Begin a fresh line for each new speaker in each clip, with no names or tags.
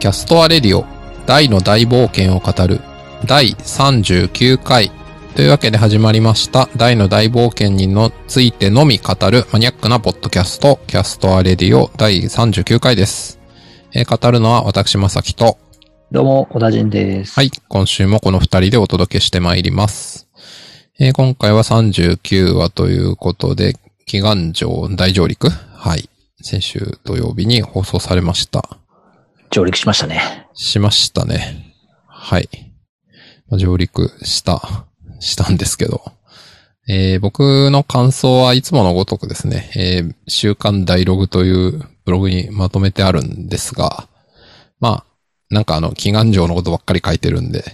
キャストアレディオ大の大冒険を語る第39回というわけで始まりました大の大冒険にのついてのみ語るマニアックなポッドキャストキャストアレディオ第39回です。えー語るのは私まさきと
どうも、小田人です。
はい。今週もこの二人でお届けしてまいります。えー今回は39話ということで、祈願城大上陸はい。先週土曜日に放送されました。
上陸しましたね。
しましたね。はい。まあ上陸した、したんですけど。えー僕の感想はいつものごとくですね、えー週刊ダイログというブログにまとめてあるんですが、まあ、なんかあの、祈願城のことばっかり書いてるんで、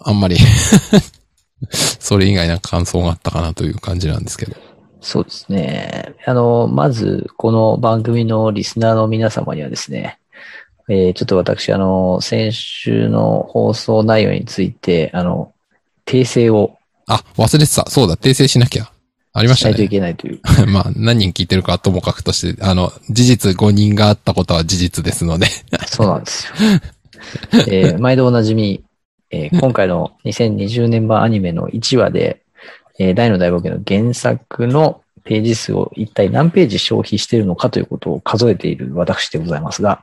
あんまり、 それ以外な感想があったかなという感じなんですけど。
そうですね。あの、まず、この番組のリスナーの皆様にはですね、えーちょっと私、あの、先週の放送内容について、あの、訂正を
あ、忘れてた。そうだ、訂正しなきゃ。ありまし
したないと
ね
い。けないという。
まあ、何人聞いてるかはともかくとして、あの、事実5人があったことは事実ですので。
そうなんですよ。えー毎度おなじみ、えー今回の2020年版アニメの1話で、えー大の大冒険の原作のページ数を一体何ページ消費しているのかということを数えている私でございますが、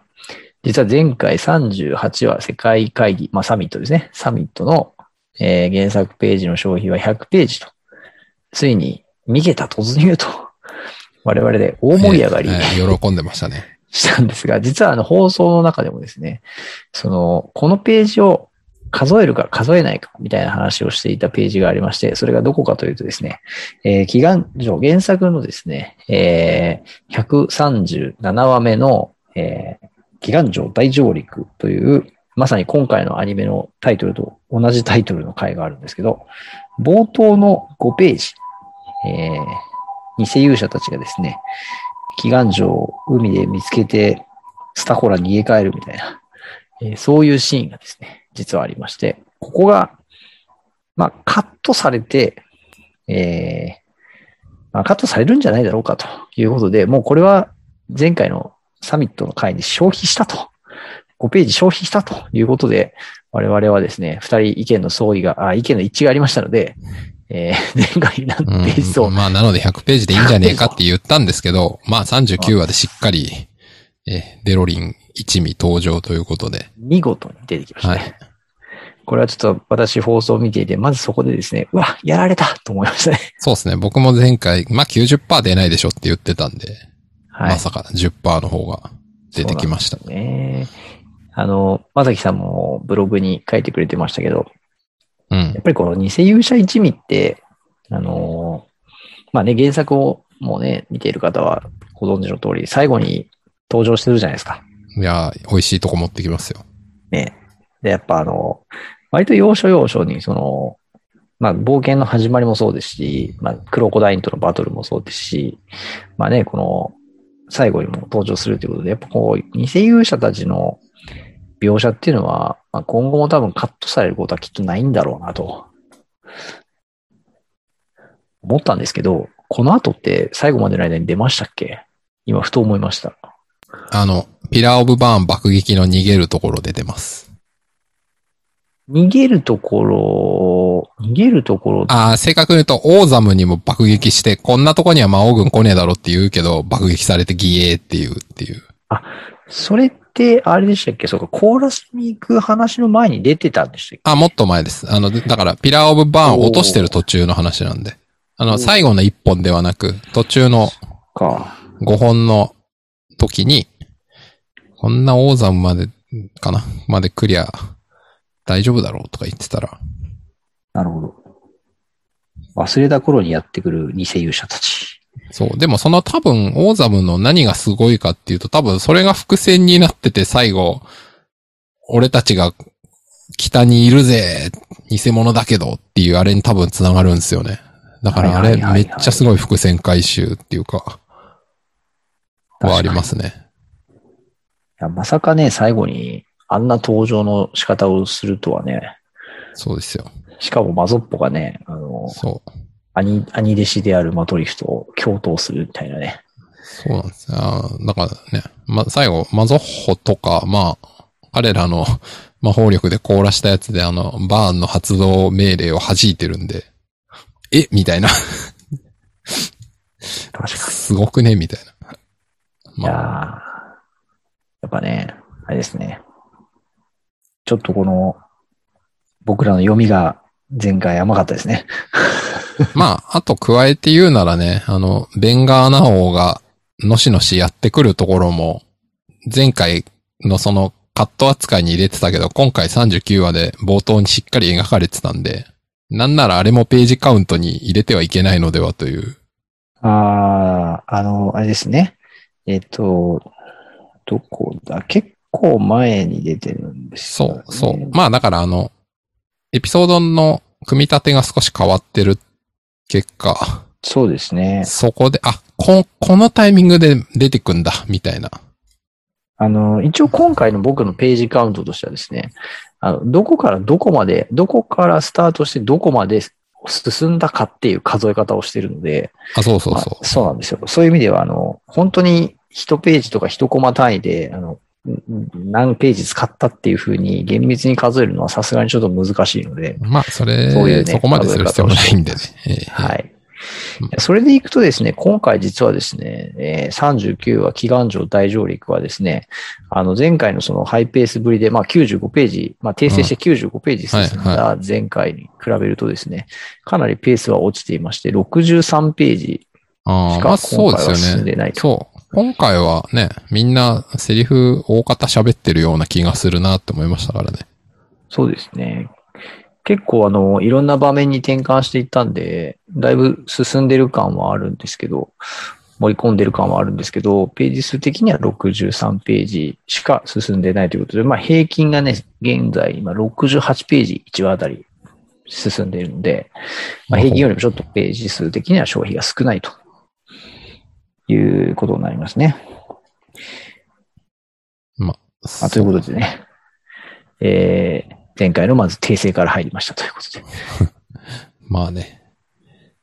実は前回38話世界会議、まあサミットですね。サミットの、えー原作ページの消費は100ページと、ついに見げた突入と、我々で大盛り上がり。
えーえー喜んでましたね。
したんですが、実はあの放送の中でもですね、その、このページを数えるか数えないかみたいな話をしていたページがありまして、それがどこかというとですね、えー、祈願上原作のですね、えー、137話目の、えー、祈願上大上陸という、まさに今回のアニメのタイトルと同じタイトルの回があるんですけど、冒頭の5ページ、えー、偽勇者たちがですね、祈願城を海で見つけて、スタホラに逃げ帰るみたいな、えーそういうシーンがですね、実はありまして、ここが、まあ、カットされて、えーまあ、カットされるんじゃないだろうかということで、もうこれは前回のサミットの回に消費したと、5ページ消費したということで、我々はですね、2人意見の相違が、あ意見の一致がありましたので、えー前回何
うん
ページそう
まあ、なので100ページでいいんじゃねえかって言ったんですけど、まあ39話でしっかり、えーデロリン一味登場ということで。
見事に出てきましたね。
はい
これはちょっと私放送を見ていて、まずそこでですね、うわ、やられたと思いましたね。
そうですね。僕も前回、まあ90%出ないでしょって言ってたんで、
はい。
まさか10%の方が出てきました。
ねあの、まさきさんもブログに書いてくれてましたけど、
うん
やっ。ぱりこの偽勇者一味って、あのーまあね、原作をもうね、見ている方はご存知の通り、最後に登場してるじゃないですか。
いやー、美味しいとこ持ってきますよ。
ね。で、やっぱあの、割と要所要所に、その、まあ、冒険の始まりもそうですし、まあ、クロコダインとのバトルもそうですし、まあね、この、最後にも登場するということで、やっぱこう、偽勇者たちの描写っていうのは、まあ、今後も多分カットされることはきっとないんだろうなと、思ったんですけど、この後って最後までの間に出ましたっけ今、ふと思いました。
あの、ピラーオブバーン爆撃の逃げるところで出ます。
逃げるところ、逃げるところ
ああ、正確に言うと、オーザムにも爆撃して、こんなとこには魔王軍来ねえだろって言うけど、爆撃されてギエーっていうっていう。
それって、あれでしたっけそうか、コーラスに行く話の前に出てたんでしたっけ
あ、もっと前です。あの、でだから、ピラーオブバーンを落としてる途中の話なんで。あ
お
の、
ー
最後の一本ではなく、途中の
か。
5本の時に、こんな王座まで、かなまでクリア、大丈夫だろうとか言ってたら、
なるほど。忘れた頃にやってくる偽勇者たち。
そう。でもその多分、オーザムの何がすごいかっていうと、多分それが伏線になってて最後、俺たちが北にいるぜ偽物だけどっていうあれに多分繋がるんですよね。だからあ
は
れ
いはいはいは
め
い。
っちゃすごい伏線回収っていうか、はありますすね。
いやまさかね、最後に、あんな登場の仕方をするとはね、
そうですよ。
しかもマゾッポがね、あの、
そう。
兄、兄弟子であるマトリフと共闘するみたいなね。
そうなんですよ。あーだからね、ま、最後、マゾッホとか、まあ、彼らの 魔法力で凍らしたやつで、あの、バーンの発動命令を弾いてるんで、えみたいな。
確か
すごくねみたいな。
に。いやーやっぱね、あれですね。ちょっとこの、僕らの読みが前回甘かったですね。
まあ、あと加えて言うならね、あの、ベンガーナ王が、のしのしやってくるところも、前回のそのカット扱いに入れてたけど、今回39話で冒頭にしっかり描かれてたんで、なんならあれもページカウントに入れてはいけないのではという。
ああ、あの、あれですね。えっと、どこだ結構前に出てるんですよ
そ
ね
う、そう。まあだからあの、エピソードの組み立てが少し変わってる結果、
そうですね。
そこで、あ、こ、このタイミングで出てくんだ、みたいな。
あの、一応今回の僕のページカウントとしてはですね、あのどこからどこまで、どこからスタートしてどこまで進んだかっていう数え方をしてるので、
あ、そうそう
まあ
そう。
そうなんですよ。そういう意味では、あの、本当に一ページとか一コマ単位で、あの、ん何ページ使ったっていうふうに厳密に数えるのはさすがにちょっと難しいので、
まあ、それ、
そ
そう
いうね
こまでする必要もないんでね。ええ
はい。それでいくとですね、今回実はですね、えー39話、祈願城大上陸はですね、あの前回のそのハイペースぶりで、まあ95ページ、まあ訂正して95ページ進ん
はい
だ前回に比べるとですね、かなりペースは落ちていまして、63ページ。
あ
し
あ、
か
まあ、そうで
今回は
す
進ん
よ
でない
ね。
と
そう。今回はね、みんなセリフ大方喋ってるような気がするなって思いましたからね。
そうですね。結構あの、いろんな場面に転換していったんで、だいぶ進んでる感はあるんですけど、盛り込んでる感はあるんですけど、ページ数的には63ページしか進んでないということで、まあ平均がね、現在今68ページ1話あたり進んでいるので、まあ平均よりもちょっとページ数的には消費が少ないということになりますね。あということでね、えー、前回のまず訂正から入りましたということで。
まあね。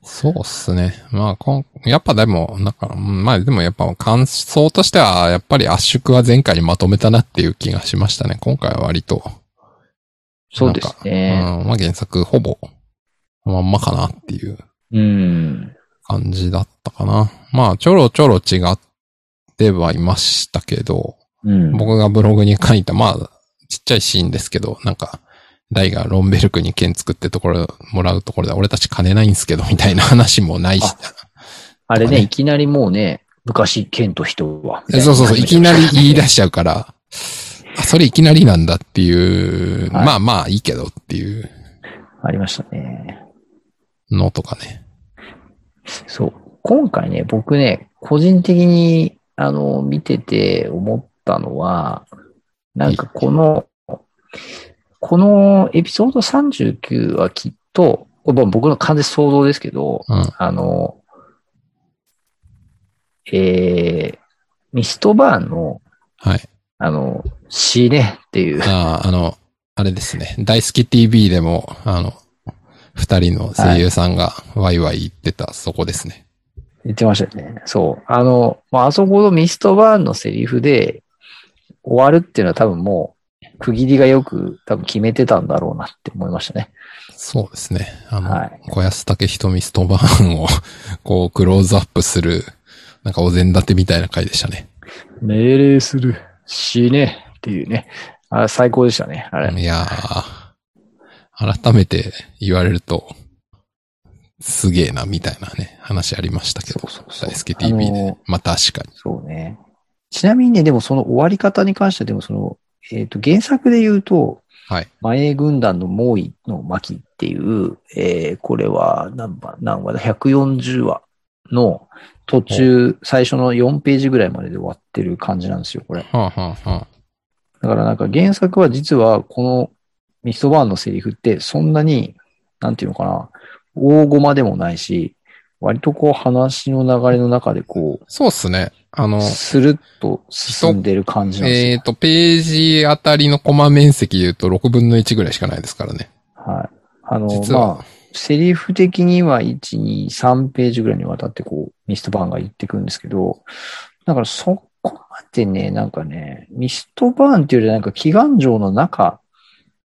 そうっすね。まあ、こん、やっぱでも、なんか、うんまあでもやっぱ感想としては、やっぱり圧縮は前回にまとめたなっていう気がしましたね。今回は割と。
そうですね。
うん、まあ原作ほぼ、まんまかなっていう。
うん。
感じだったかな。まあ、ちょろちょろ違ってはいましたけど、
うん。
僕がブログに書いた、まあ、ちっちゃいシーンですけど、なんか、ダイがロンベルクに剣作ってところ、もらうところで、俺たち金ないんすけど、みたいな話もないし。
あれね、
ね
いきなりもうね、昔、剣と人は。
えそうそうそう、いきなり言い出
し。
しちゃうから、あ、それいきなりなんだっていう、
はい
まあまあいいけどっていう
ありましたね。
のとかね。
そう。今回ね、僕ね、個人的に、あの、見てて思ったのは、なんかこの、このエピソード39はきっと、これ僕の完全想像ですけど、
うん。
あの、えー、ミストバーンの、
はい。
あの、死ねっていう、
ああ、あの、あれですね。大好き TV でも、あの、二人の声優さんがワイワイ言ってた、そこですね。
言ってましたよね。そう。あの、まああそこのミストバーンのセリフで終わるっていうのは多分もう、区切りがよく多分決めてたんだろうなって思いましたね。
そうですね。あの、
はい
小安武瞳ストバーンを、こう、クローズアップする、なんかお膳立てみたいな回でしたね。
命令する、死ねっていうね。あれ最高でしたね。あれ。
いやー、改めて言われると、すげえな、みたいなね、話ありましたけど、
そうそうそう
大好き TV
あ
で。
のー
まあ確かに。
そうね。ちなみにね、でもその終わり方に関しては、でもその、えっ、と、原作で言うと、
はい。
前軍団の猛威の巻っていう、えーこれは何番、何話だ、140話の途中、最初の4ページぐらいまでで終わってる感じなんですよ、これ。
はあ、はあは
だからなんか原作は実はこのミストバーンのセリフってそんなに、なんていうのかな、大駒でもないし、割とこう話の流れの中でこ
あ、そうっすね。あの
う、、スルッと進んでる感じなんです
え
よ
っ、。と、ページあたりのコマ面積で言うと6分の1ぐらいしかないですからね。
はい。あの、
実は
まあ、セリフ的には1、2、3ページぐらいにわたってこう、ミストバーンが言ってくるんですけど、だからそここまでね、なんかね、ミストバーンっていうよりなんか祈願城の中、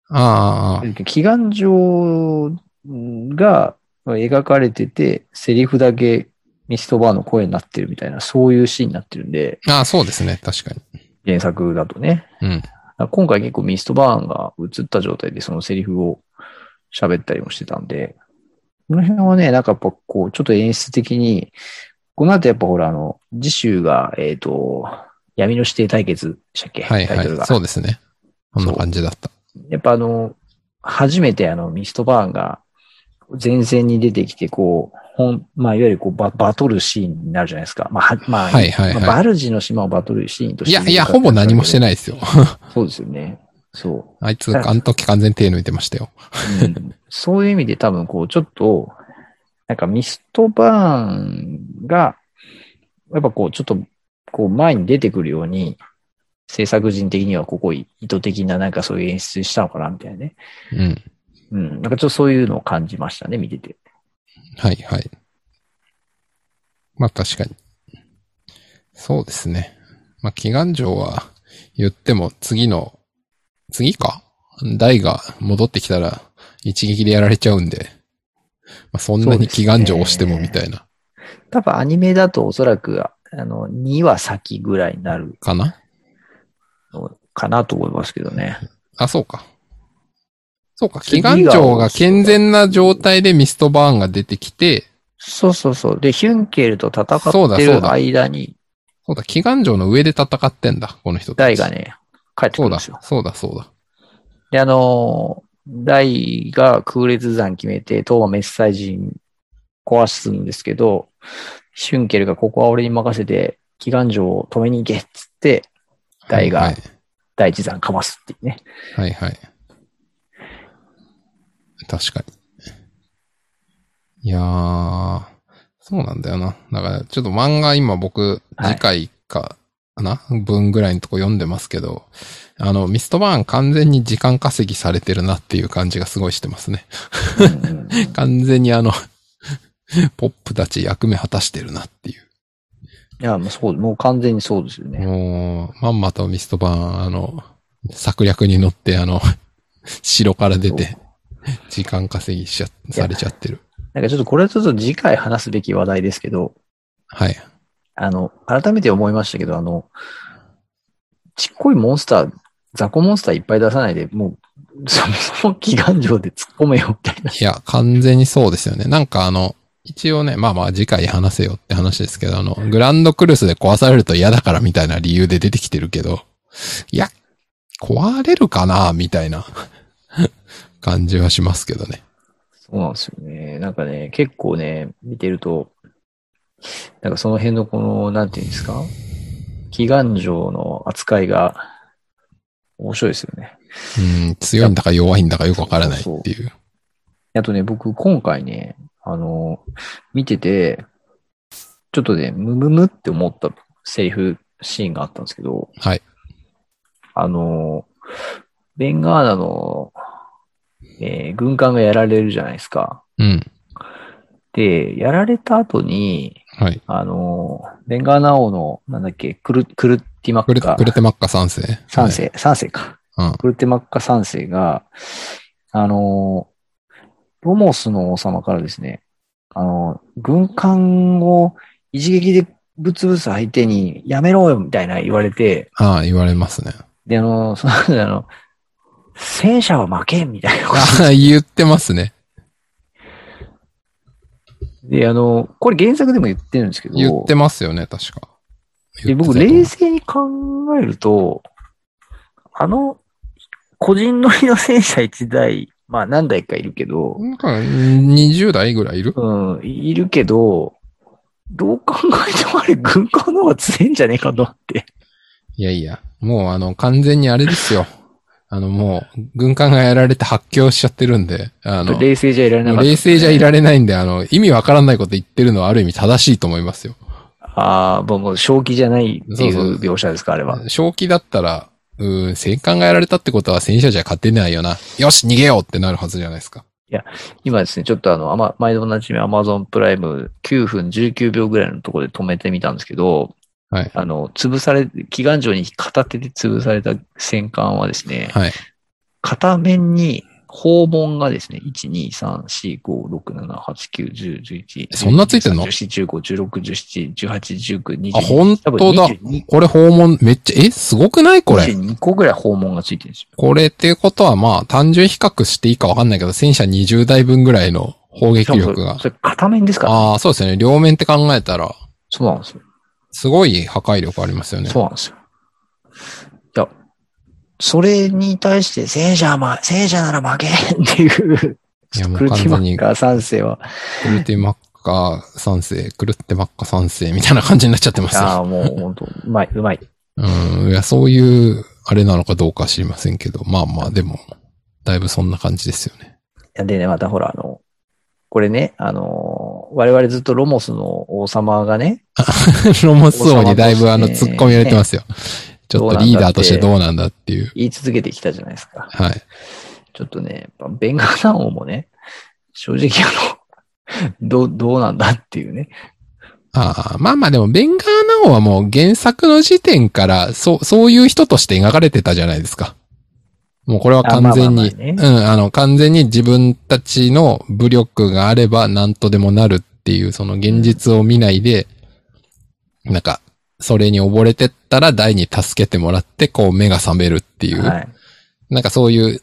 ああ、
祈願城が描かれてて、セリフだけミストバーンの声になってるみたいな、そういうシーンになってるんで、
ああ、そうですね。確かに。
原作だとね。
うん。
今回結構ミストバーンが映った状態でそのセリフを喋ったりもしてたんで、この辺はね、なんかやっぱこう、ちょっと演出的に、この後やっぱほらあの、次週が、えっ、と、闇の指定対決でしたっけ、
はい
タイトル
は
が
い。。そうですね。こんな感じだった。
やっぱあの、初めてあの、ミストバーンが前線に出てきて、こう、ほん、まあ、いわゆるこうバ、バトルシーンになるじゃないですか。まあ、はまあ、
はいはいはい
まあバルジの島をバトルシーンとし
い
て。
や、いや、ほぼ何もしてな
ない。
いですよ。
そうですよね。そう。
あいつ、あの時完全に手抜いてましたよ。
うんそういう意味で多分こうちょっと、なんかミストバーンが、やっぱこうちょっとこう前に出てくるように、制作人的にはここ意図的ななんかそういう演出したのかなみたいなね。
うん。
うん。なんかちょっとそういうのを感じましたね、見てて。
はいはい。まあ確かに。そうですね。まあ祈願城は言っても次の、次か大が戻ってきたら一撃でやられちゃうんで、まあそんな
そう
に
ですね
祈願城をしてもみたいな、
多分アニメだとおそらく、あの、2話先ぐらいになる
かな
のかなと思いますけどね。
あ、そうか。そうか、祈
次が
願城が健全な状態でミストバーンが出てきて、
そうそうそう。で、ヒュンケルと戦
そうだ
って
そう
る
だ
間に、
そうだ、祈願城の上で戦ってんだ、この人た
ダイ
ち
がね、帰ってく
そ
る
うんだ、
ですよ。
そうだ、そうだ。
で、あの、大が空列山決めて、東馬メッサイ人壊すんですけど、シュンケルがここは俺に任せて、祈願城を止めに行けっつって、大
は
が
い
大一山かますっていうね。
はいはい。確かに。いやー、そうなんだよな。だから、ちょっと漫画今僕、
はい
次回かな、分ぐらいのとこ読んでますけど、あの、ミストバーン完全に時間稼ぎされてるなっていう感じがすごいしてますね。
うん うん
完全にあの、 ポップたち役目果たしてるなっていう。
いや、もうそう、もう完全にそうですよね。
もう、まんまとミストバーン、あの、策略に乗って、あの、 城から出て、時間稼ぎしちゃ、
や
されちゃってる。
なんかちょっとこれはちょっと次回話すべき話題ですけど、
はい。
あの、改めて思いましたけど、あの、ちっこいモンスター、雑魚モンスターいっぱい出さないで、もう、そもそも祈願城で突っ込めよみたいな。
いや、完全にそうですよね。なんかあの、一応ね、まあまあ次回話せよって話ですけど、あの、グランドクルスで壊されると嫌だからみたいな理由で出てきてるけど、いや、壊れるかなみたいな 感じはしますけどね。
そうなんですよね。なんかね、結構ね、見てると、なんかその辺のこの、なんていうんですか、祈願城の扱いが面白いですよね。
うん、強いんだか弱いんだかよくわからないっていう。
あとね、僕今回ね、あの、見てて、ちょっとね、ムムムって思ったセリフ、シーンがあったんですけど、
はい。
あの、ベンガーナの、えー軍艦がやられるじゃないですか。
うん。
で、やられた後に、
はい。
あの、ベンガーナ王の、なんだっけ、クルクルッティマ
ク
ッ
ル
カ
クルテマッカ三世。
三世、三世か。
うん
クルッティマッカ三世が、あの、ロモスの王様からですね、あの、軍艦を一撃でぶつぶつ相手にやめろよ、みたいな言われて、
ああ、言われますね。
で、あの、その後であの、戦車は負けん、みたいなこと
ああ、 言ってますね。
で、あの、これ原作でも言ってるんですけど、
言ってますよね、確か。
で僕、
言
冷
って
静に考えると、あの、個人乗りの戦車1台、まあ何台かいるけど
た、と思うなんか、20代ぐらいいる
うん、いるけど、どう考えてもあれ軍艦の方が強いんじゃねえかと思って。
いやいや、もうあの、完全にあれですよ。あの、もう、軍艦がやられて発狂しちゃってるんで、あの、
冷静じゃいられな
も
か
う
った、
冷静じゃいられないんで、あの、意味わからないこと言ってるのはある意味正しいと思いますよ。
ああ、もうもう正気じゃないってい
そうそう
う描写ですか、あれは。
正気だったら、うーん、戦艦がやられたってことは戦車じゃ勝てないよな。よし、逃げようってなるはずじゃないですか。
今ですね、ちょっとあの、あま、毎度おなじみ Amazon プライム9分19秒ぐらいのところで止めてみたんですけど、
はい。
あの、潰され、祈願城に片手で潰された戦艦はですね、
はい。
片面に訪問がですね、1、2、3、4、5、6、7、8、9、10、11。
そんなついてんの
?14、15、16、17、18、19、20。
あ、本
多分
当だ。
22
これ訪問、めっちゃ、え、すごくないこれ。
22個ぐらい訪問がついてるんですよ。
これっていうことは、まあ、単純比較していいかわかんないけど、戦車20台分ぐらいの砲
しか
撃
もそれ
力が。
それ片面ですから。
ああ、そうですよね。両面って考えたら、
そうなんですよ。
すごい破壊力ありますよね。
そうなんですよ。いや、それに対して戦車は、ま、戦車なら負けんっていう、
いやもう
クルティマ
完全に
ッカー3世は、
狂ってマッカ三世、狂ってマッカ三世みたいな感じになっちゃってますよ
ああ、もう本当うまい、うまい。
うん、いや、そういう、あれなのかどうか知りませんけど、まあまあ、でも、だいぶそんな感じですよね。
でね、またほら、あの、これね、あの、我々ずっとロモスの王様がね、
ロモス王にだいぶあの、
王様として
突っ込み入れてますよ。ちょっとリーダーとしてどうなんだっていう。
言い続けてきたじゃないですか。
はい。
ちょっとね、やっぱベンガーナ王もね、正直あの、 どう、どうなんだっていうね。
ああ、まあまあでも、ベンガーナ王はもう原作の時点から、そう、そういう人として描かれてたじゃないですか。もうこれは完全に、
あまあまあま
うん、あの、完全に自分たちの武力があれば何とでもなるっていう、その現実を見ないで、なんか、それに溺れてったら大に助けてもらって、こう目が覚めるっていう、
はい。
なんかそういう、い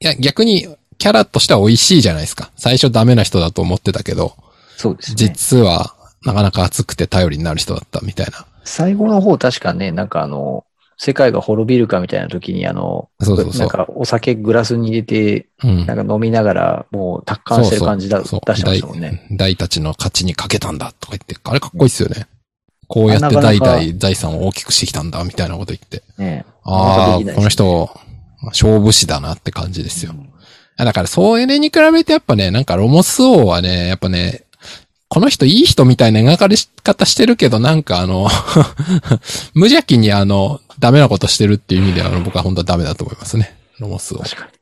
や、逆に、キャラとしては美味しいじゃないですか。最初ダメな人だと思ってたけど、
そうですね。
実は、なかなか熱くて頼りになる人だったみたいな。
最後の方確かね、なんかあの、世界が滅びるかみたいな時にあの、
そうそうそう
なんかお酒グラスに入れて、
うん。
なんか飲みながら、もう達観してる感じだ、
そうそう
出してましたもんね。
大大たちの勝ちにかけたんだとか言って、あれかっこいいっすよね。こうやって
なかな
代
か
々財産を大きくしてきたんだみたいなこと言って。
ね
あ
なかなか
あ、
できないですね
この人、勝負師だなって感じですよ
う。ん
あだから、そうエレに比べてやっぱね、なんかロモス王はね、やっぱね、この人いい人みたいな描かれ方してるけど、なんかあの、 無邪気にあの、ダメなことしてるっていう意味では、あの僕は本当はダメだと思いますね。ロモス王。
確かに。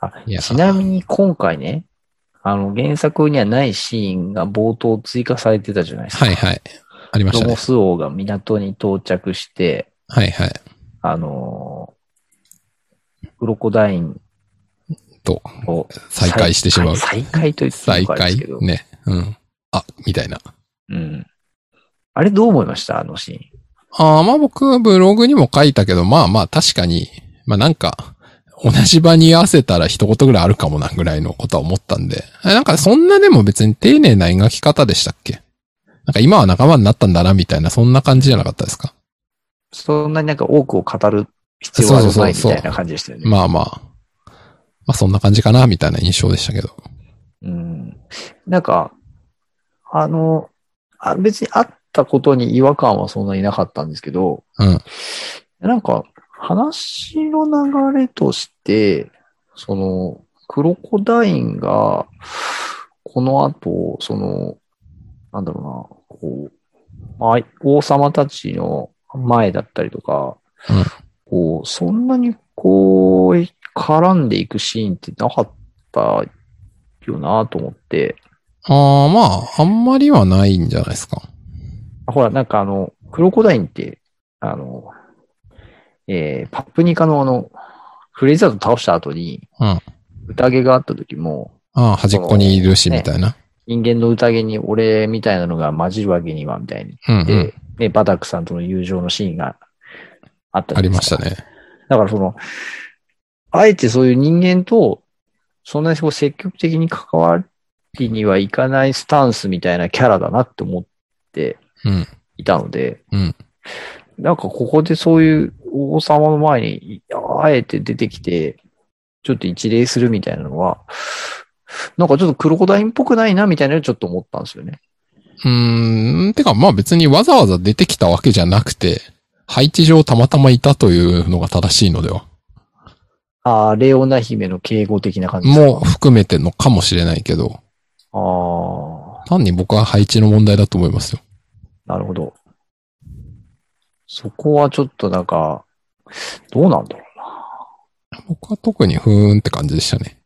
あ
いや
ちなみに今回ね、あの、原作にはないシーンが冒頭追加されてたじゃないですか。
はいはい。ありまし
ロ
た
モ
ね。
ス王が港に到着して、
はいはい。
あのークロコダイン
と、
を
再開してしまう。
再開と言ってい
再
いのかあれ
開
ですけど。
ね。うん。あ、みたいな。
うん。あれどう思いましたあのシーン。
ああ、まあ僕はブログにも書いたけど、まあまあ確かに、まあなんか、同じ場に合わせたら一言ぐらいあるかもなぐらいのことは思ったんで。えなんかそんなでも別に丁寧な描き方でしたっけなんか今は仲間になったんだなみたいな、そんな感じじゃなかったですか
そんなになんか多くを語る必要は
そうそう
ないみ
そう
たいな感じでしたよね。
まあまあ。まあそんな感じかなみたいな印象でしたけど。
うん。なんか、あの、あ別に会ったことに違和感はそんなになかったんですけど、
うん。
なんか、話の流れとして、その、クロコダインが、この後、その、なんだろうな、こう、まあ、王様たちの前だったりとか、
うん
こう、そんなにこう、絡んでいくシーンってなかったよなと思って、
ああ、まあ、あんまりはないんじゃないですか。
ほら、なんかあの、クロコダインって、あの、えー、パプニカのあの、フレイザード倒した後に、
うん。
宴があった時も、
ああ、端っこにいるし、
その
みたいな。
人間の宴に俺みたいなのが混じるわけには、みたいに。
うん、う
で、
ん。
ね、バタックさんとの友情のシーンがあったじ
あ
ゃな
り
いで
ますし
か
た。ね。
だからその、あえてそういう人間と、そんなにこう積極的に関わりにはいかないスタンスみたいなキャラだなって思って
うん。
いたので、
うん
なんかここでそういう王様の前に、あえて出てきて、ちょっと一礼するみたいなのは、なんかちょっとクロコダインっぽくないなみたいなのをちょっと思ったんですよね。
うーん、てかまあ別にわざわざ出てきたわけじゃなくて、配置上たまたまいたというのが正しいのでは。
ああ、レオナ姫の敬語的な感じですか
もう含めてのかもしれないけど、
ああ、
単に僕は配置の問題だと思いますよ。
なるほど。そこはちょっとなんか、どうなんだろうな。
僕は特にふーんって感じでしたね。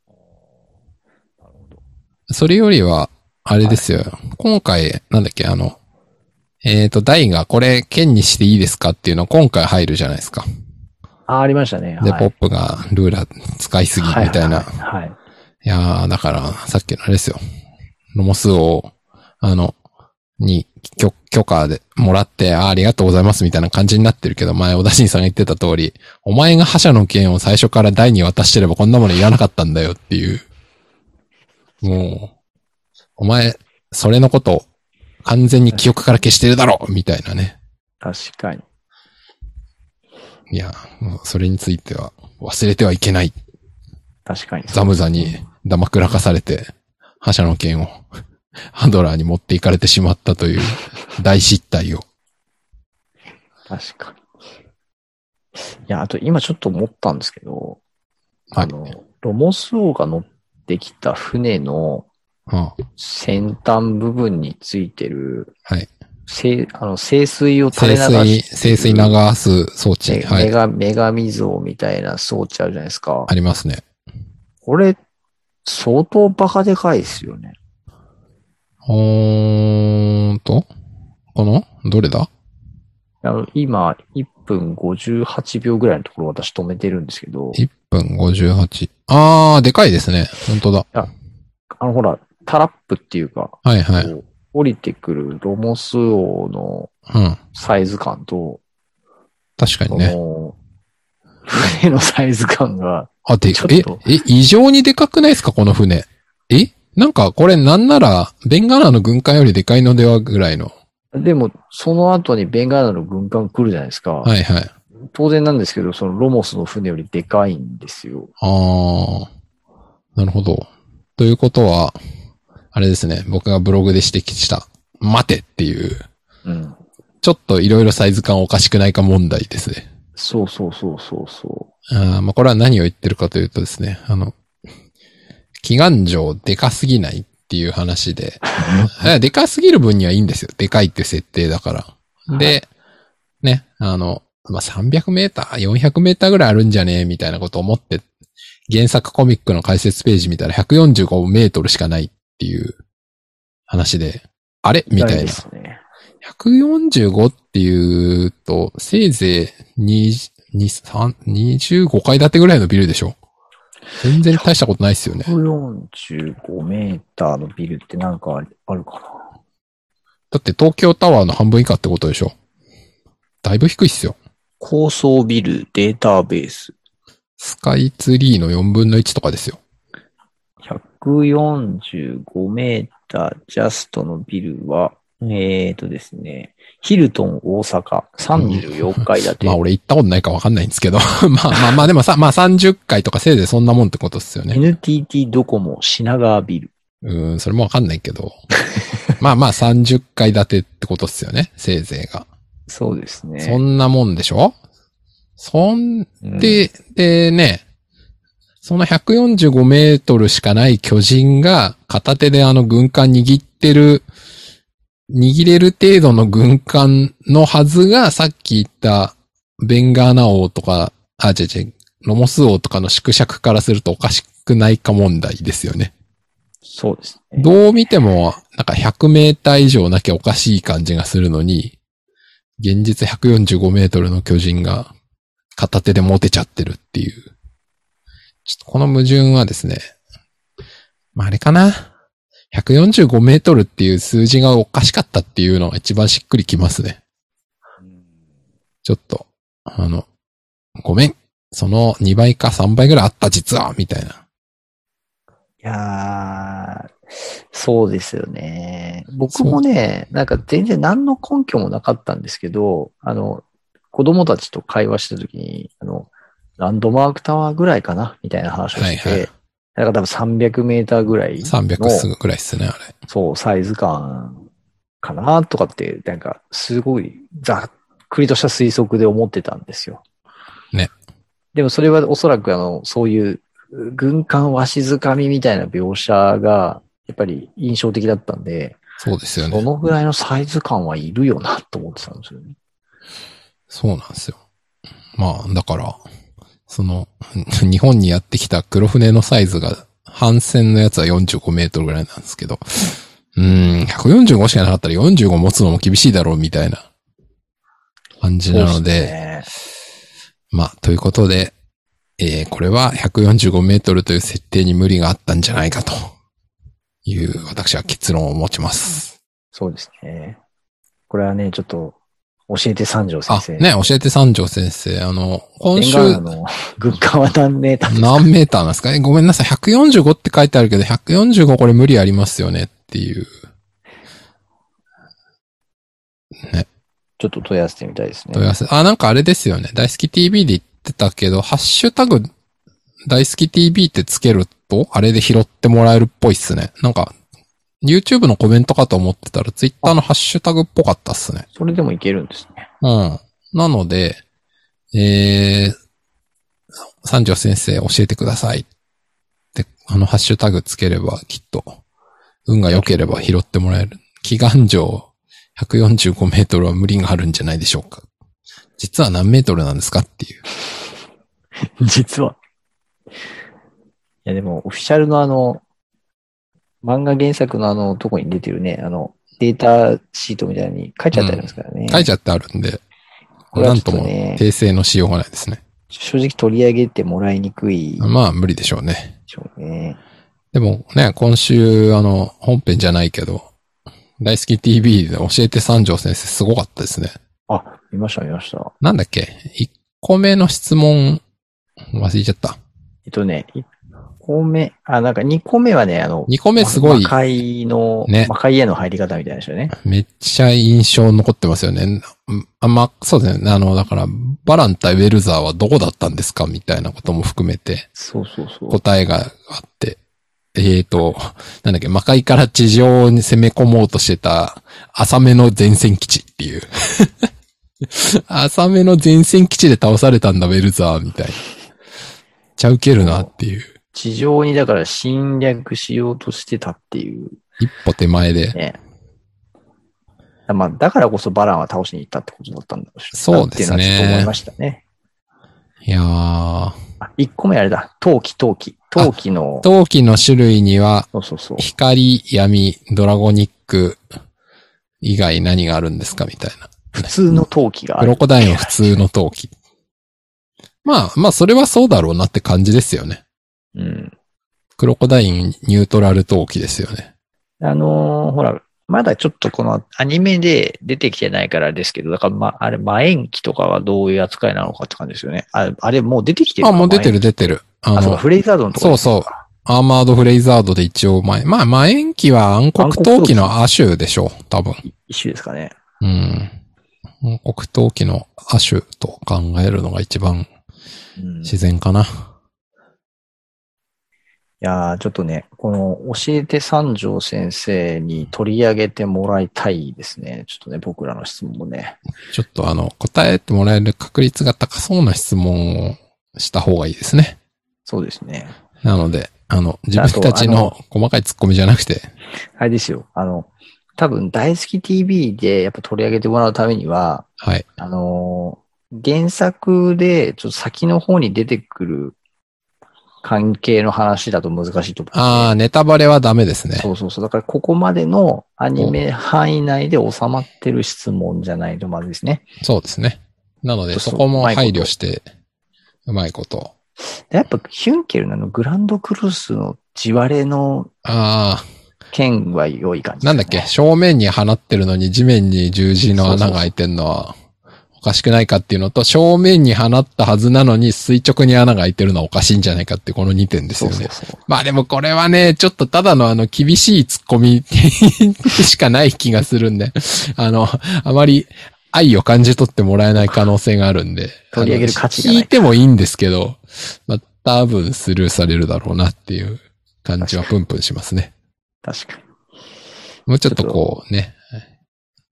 それよりは、あれですよ。今回、なんだっけ、あの、えっ、と、台がこれ、県にしていいですかっていうの今回入るじゃないですか。
あ、ありましたね。
で、
はい
ポップがルーラー使いすぎみたいな。
はいはいはいはい
いやー、だから、さっきのあれですよ。ロモスを、あの、に、許許可で、もらって、あーありがとうございますみたいな感じになってるけど、前、小田新さんが言ってた通り、お前が覇者の剣を最初から台に渡してればこんなものいらなかったんだよっていう。もう、お前、それのこと、完全に記憶から消してるだろみたいなね。
確かに。
いや、もうそれについては、忘れてはいけない。
確かに。
ザムザに黙くらかされて、覇者の剣を ハドラーに持っていかれてしまったという大失態を。
確かに。いや、あと今ちょっと思ったんですけど、
はい
あの、ロモス王が乗ってきた船の
は
先端部分についてる、
あ、はい。
せあの、清水を垂れ
清
流
水、
し
清水流す装置。
め
は
女
い。
神女神像みたいな装置あるじゃないですか
あ。りますね。
これ、相当バカでかいですよね。
ほーんと、このどれだ
あの今、1分58秒ぐらいのところ私止めてるんですけど、
?1 分58。あー、でかいですね。本当だ。
あの、ほら、タラップっていうか、
はいはい。
こう降りてくるロモス王の
うん。
サイズ感と、
確か
そ
にね。
の、船のサイズ感が、
あ、で
ちょ、っ
え
と、
え、異常にでかくないですかこの船。えなんか、これなんなら、ベンガーナの軍艦よりでかいのではぐらいの。
でも、その後にベンガーナの軍艦来るじゃないですか。
はいはい。
当然なんですけど、そのロモスの船よりでかいんですよ。
ああ、なるほど。ということは、あれですね、僕がブログで指摘した、待てっていう、
うん。
ちょっといろいろサイズ感おかしくないか問題ですね。
そうそうそうそうそ
あーまあ、これは何を言ってるかというとですね、あの、祈願城でかすぎないっていう話で、あでかすぎる分にはいいんですよ。でかいっていう設定だから。で、ね、あの、まあ、300メーター、400メーターぐらいあるんじゃねえみたいなこと思って、原作コミックの解説ページ見たら145メートルしかないっていう話で、あれ
う。
みた
で
いな。
すね。
145っていうと、せいぜい2、2、3、25階建てぐらいのビルでしょ全然大したことないですよね。
145メーターのビルってなんかあるあるか
だって東京タワーの半分以下ってことでしょだいぶ低いっすよ。
な高層ビル、データベース。
スカイツリーの4分の1とかですよ。
145メータージャストのビルは、えーとですね、ヒルトン大阪34階建て。
まあ俺行ったことないかわかんないんですけど。ま あまあまあでもさ、まあ30階とかせいぜいそんなもんってことっすよね。
NTT ドコモ品川ビル。
うーん、それもわかんないけど。まあまあ30階建てってことっすよね。せいぜいが。
そうですね。
そんなもんでしょそん
うん
で、でね、その145メートルしかない巨人が片手であの軍艦握ってる、握れる程度の軍艦のはずがさっき言ったベンガーナ王とか、あ、違う違う、ロモス王とかの縮尺からするとおかしくないか問題ですよね。
そうですね。
どう見ても、なんか100メーター以上なきゃおかしい感じがするのに、現実145メートルの巨人が片手で持てちゃってるっていう。ちょっとこの矛盾はですね、まあ、あれかな。145メートルっていう数字がおかしかったっていうのが一番しっくりきますね。ちょっと、あの、ごめん。その2倍か3倍ぐらいあった実は、みたいな。
いやーそうですよね。僕もね、なんか全然何の根拠もなかったんですけど、あの、子供たちと会話したときに、あの、ランドマークタワーぐらいかなみたいな話をして、
はいはい
なんか多分300メーターぐらい
300
の
すぐくらいっすね、あれ。
そう、サイズ感かなとかって、なんか、すごいざっくりとした推測で思ってたんですよ。
ね。
でもそれはおそらく、あの、そういう、軍艦わしづかみみたいな描写が、やっぱり印象的だったんで、
そうですよね
そ。のぐらいのサイズ感はいるよなと思ってたんですよね。
そうなんですよ。まあ、だから、その、 日本にやってきた黒船のサイズが、帆船のやつは45メートルぐらいなんですけど、うん、145しかなかったら45持つのも厳しいだろうみたいな感じなので、
ね、
まあ、ということで、えーこれは145メートルという設定に無理があったんじゃないかという、私は結論を持ちます。
そうですね。これはね、ちょっと、教えて三条先
あ、
生。
ね、教えて三条先生、あの、今
ベン
週
ガーラの軍艦は何メーター
何メーターなんですかねごめんなさい、145って書いてあるけど、145これ無理ありますよねっていう。
ちょっと問い合わせてみたいです
問い合
ね。
わせ。あ、なんかあれですよね。大好き TV で言ってたけど、ハッシュタグ、大好き TV ってつけると、あれで拾ってもらえるっぽいっすね。なんか、YouTube のコメントかと思ってたら、Twitter のハッシュタグっぽかったっすね。
それでもいけるんですね。
うん。なので、えー、三条先生教えてください。で、あの、ハッシュタグつければ、きっと、運が良ければ拾ってもらえる。祈願城145メートルは無理があるんじゃないでしょうか。実は何メートルなんですかっていう。
実は。いや、でも、オフィシャルのあの、漫画原作のあの、とこに出てるね、あの、データシートみたいに書いちゃってありますからね。
書いちゃってあるんで、
これ
な
は
ん
ち
と
ょっと
も
ね、
訂正のしようがないですね。
正直取り上げてもらいにくいで
まあ、無理でしょうね。
しょうね。
でもね、今週、あの、本編じゃないけど、大好き TV で教えて三条先生すごかったですね。
あ、見ました、見ました。
なんだっけ ?1 個目の質問、忘れちゃった。
えっとね、1個目、あ、なんか2個目はね、あの、
2個目すごい
魔、界の、
ね
魔界への入り方みたいでしたよね。
めっちゃ印象残ってますよね。うんあ、ま、そうですね。あの、だから、バラン対ウェルザーはどこだったんですかみたいなことも含めて、
そうそうそう。
答えがあって、えーと、なんだっけ、魔界から地上に攻め込もうとしてた、浅めの前線基地っていう。 浅めの前線基地で倒されたんだ、ウェルザー、みたいな。めっちゃウケるなっていう。
地上にだから侵略しようとしてたっていう
一歩手前で。
ね。まあ、だからこそバランは倒しに行ったってことだったんだろうし。
そうですね
っていうのはちょっと思いましたね。
いやー。
あ、1個目あれだ。陶器、陶器。陶器の、
陶器の種類には、
そうそうそう。
光、闇、ドラゴニック、以外何があるんですかみたいな。
普通の陶器があ
クロ
る。
コダインは普通の陶器。まあ、まあ、それはそうだろうなって感じですよね。
うん。
クロコダインニュートラル陶器ですよね。
あのーほら、まだちょっとこのアニメで出てきてないからですけど、だからま、あれ、魔延期とかはどういう扱いなのかって感じですよね。ああれ、もう出てきてる
あ、もう出て
る。
る出てる。あ
あ、そうか、
の、
フレイザードのところ
そうそうアーマードフレイザードで一応前、まあ、まあ、延期は暗黒陶器の亜種でしょう、多分。
う。一種ですかね。
うん。暗黒陶器の亜種と考えるのが一番
うん
自然かな。
いやー、ちょっとね、この、教えて三条先生に取り上げてもらいたいですね。ちょっとね、僕らの質問もね。
ちょっとあの、答えてもらえる確率が高そうな質問をした方がいいですね。
そうですね。
なので、あの、自分たちの細かい突っ込みじゃなくて、
あれですよ。あの、多分、大好き TV でやっぱ取り上げてもらうためには、
はい。
あのー原作で、ちょっと先の方に出てくる関係の話だと難しいと思う。
あー、ネタバレはダメですね。
そうそうそう。だから、ここまでのアニメ範囲内で収まってる質問じゃないとまずいですね。
そうですね。なので、
そう
そ
そう
こも配慮して、うまいこと。
でやっぱヒュンケルのあのグランドクルースの地割れの
あ
剣は良い感
あ、
じ、
なんだっけ、正面に放ってるのに地面に十字の穴が開いてんのは、おかしくないかっていうのと、正面に放ったはずなのに垂直に穴が開いてるのはおかしいんじゃないかって、この2点です
そ
よ
う
ね。
そうそう。
まあでもこれはね、ちょっとただのあの厳しい突っ込み しかない気がするんで、あの、あまり愛を感じ取ってもらえない可能性があるんで。
取り上げる価値がない
あの聞いてもいいんですけど、まあ多分スルーされるだろうなっていう感じはプンプンしますね。
確かに。
もうちょっとこうね、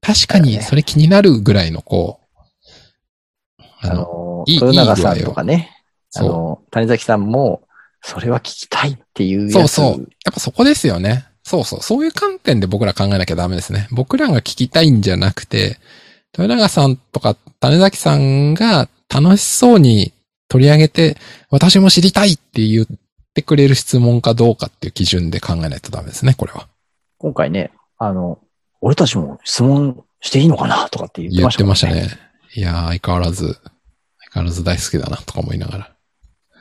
確かにそれ気になるぐらいのこう、あの、
あの、
いい
豊永さんとかね、あ
そう。
の、谷崎さんも、それは聞きたいっていう
そ
や
う
つ。
そう。やっぱそこですよね。そうそう。そういう観点で僕ら考えなきゃダメですね。僕らが聞きたいんじゃなくて、豊永さんとか種崎さんが楽しそうに取り上げて、私も知りたいって言ってくれる質問かどうかっていう基準で考えないとダメですね、これは。
今回ね、あの、俺たちも質問していいのかなとかって言って
言
ま
っ
したか
て
ら
ましたね。いやー、相変わらず、相変わらず大好きだなとか思いながら。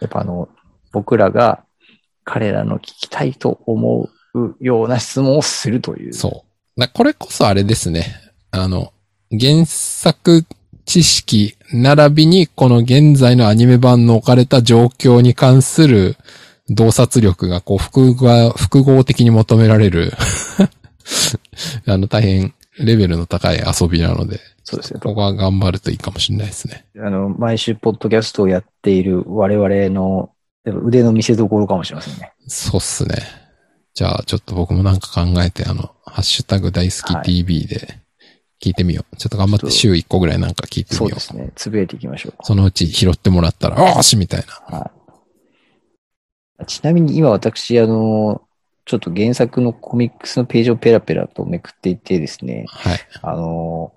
やっぱあの、僕らが彼らの聞きたいと思うような質問をするという。
そう。だこれこそあれですね。あの、原作知識並びにこの現在のアニメ版の置かれた状況に関する洞察力がこう複合複合的に求められる あの大変レベルの高い遊びなので、
そうですね。
ここは頑張るといいかもしれないですね。
あの、毎週ポッドキャストをやっている我々の腕の見せ所かもしれませんね。
そうっすね。じゃあちょっと僕もなんか考えてあの、ハッシュタグ大好き TV で聞いてみよう。ちょっと頑張って週1個ぐらいなんか聞いてみよ。
そううですね。つぶやいていきましょう。
そのうち拾ってもらったら、おーしみたいな。
はい。ちなみに今私、あの、ちょっと原作のコミックスのページをペラペラとめくっていてですね、
はい。
あの、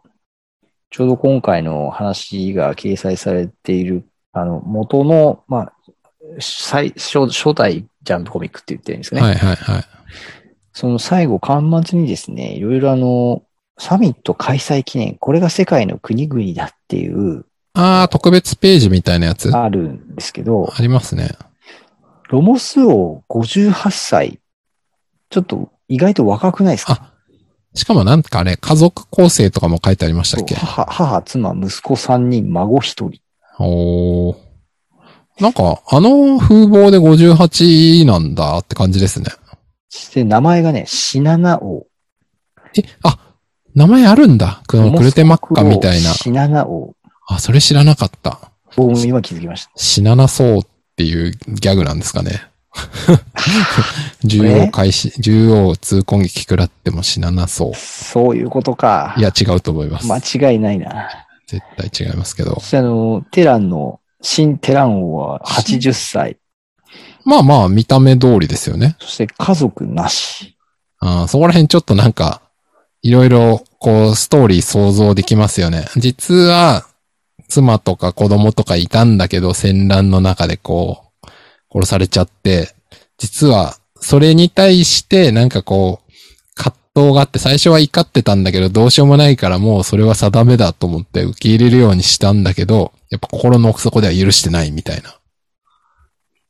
ちょうど今回の話が掲載されている、あの、元の、まあ、最初、初代ジャンプコミックって言ってるんですね。
はいはいはい。
その最後、巻末にですね、いろいろあの、サミット開催記念、これが世界の国々だっていう、
あー、特別ページみたいなやつあ
あるんですけど、
りますね。
ロモス王58歳。ちょっと意外と若くないですか
あ、しかもなんかあれ、家族構成とかも書いてありましたっけ
母、母、妻、息子3人、孫1人。
おー。なんか、あの風貌で58なんだって感じですね。
そして名前がね、シナナ王。
え、あ、名前あるんだ。このクルテマッカみたいな。
シナナ王。
あ、それ知らなかった。
僕も今気づきました。
死ななそうっていうギャグなんですかね。 獣王開始、獣王通攻撃食らっても死ななそう。
そういうことか。
いや、違うと思います。
間違いないな。
絶対違いますけど
そ。してあの、テランの、新テラン王は80歳。
まあまあ、見た目通りですよね。
そして家族なし。
あーそこら辺ちょっとなんか、いろいろ、こう、ストーリー想像できますよね。実は、妻とか子供とかいたんだけど、戦乱の中でこう、殺されちゃって、実は、それに対して、なんかこう、葛藤があって、最初は怒ってたんだけど、どうしようもないからもうそれは定めだと思って受け入れるようにしたんだけど、やっぱ心の奥底では許してないみたいな。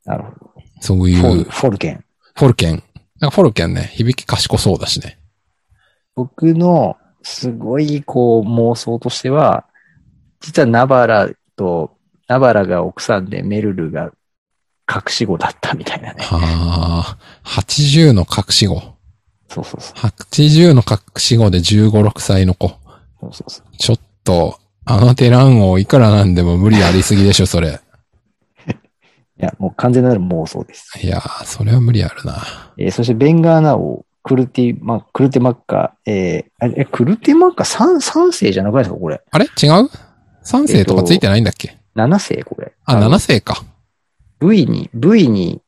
なるほど。
そうい
フォル
う、
フォルケン。
フォルケン。なんかフォルケンね、響き賢そうだしね。
僕のすごいこう妄想としては、実はナバラと、ナバラが奥さんでメルルが隠し子だったみたいなね。
ああ、80の隠し子。
そうそうそう。
80の隠し子で15、6歳の子。
そうそうそう
ちょっと、あのテラン王いくらなんでも無理ありすぎでしょ、それ。
いや、もう完全なる妄想です。
いやー、それは無理あるな。
えーそしてベンガーナ王、クルティ、まあ、クルテマッカ、えーあれえ、クルテマッカ 3, 三世じゃなくないですかこれ。
あれ違う ?3 世とかついてないんだっけ、
7世これ。
あ、
の
7世か。
V に、V に、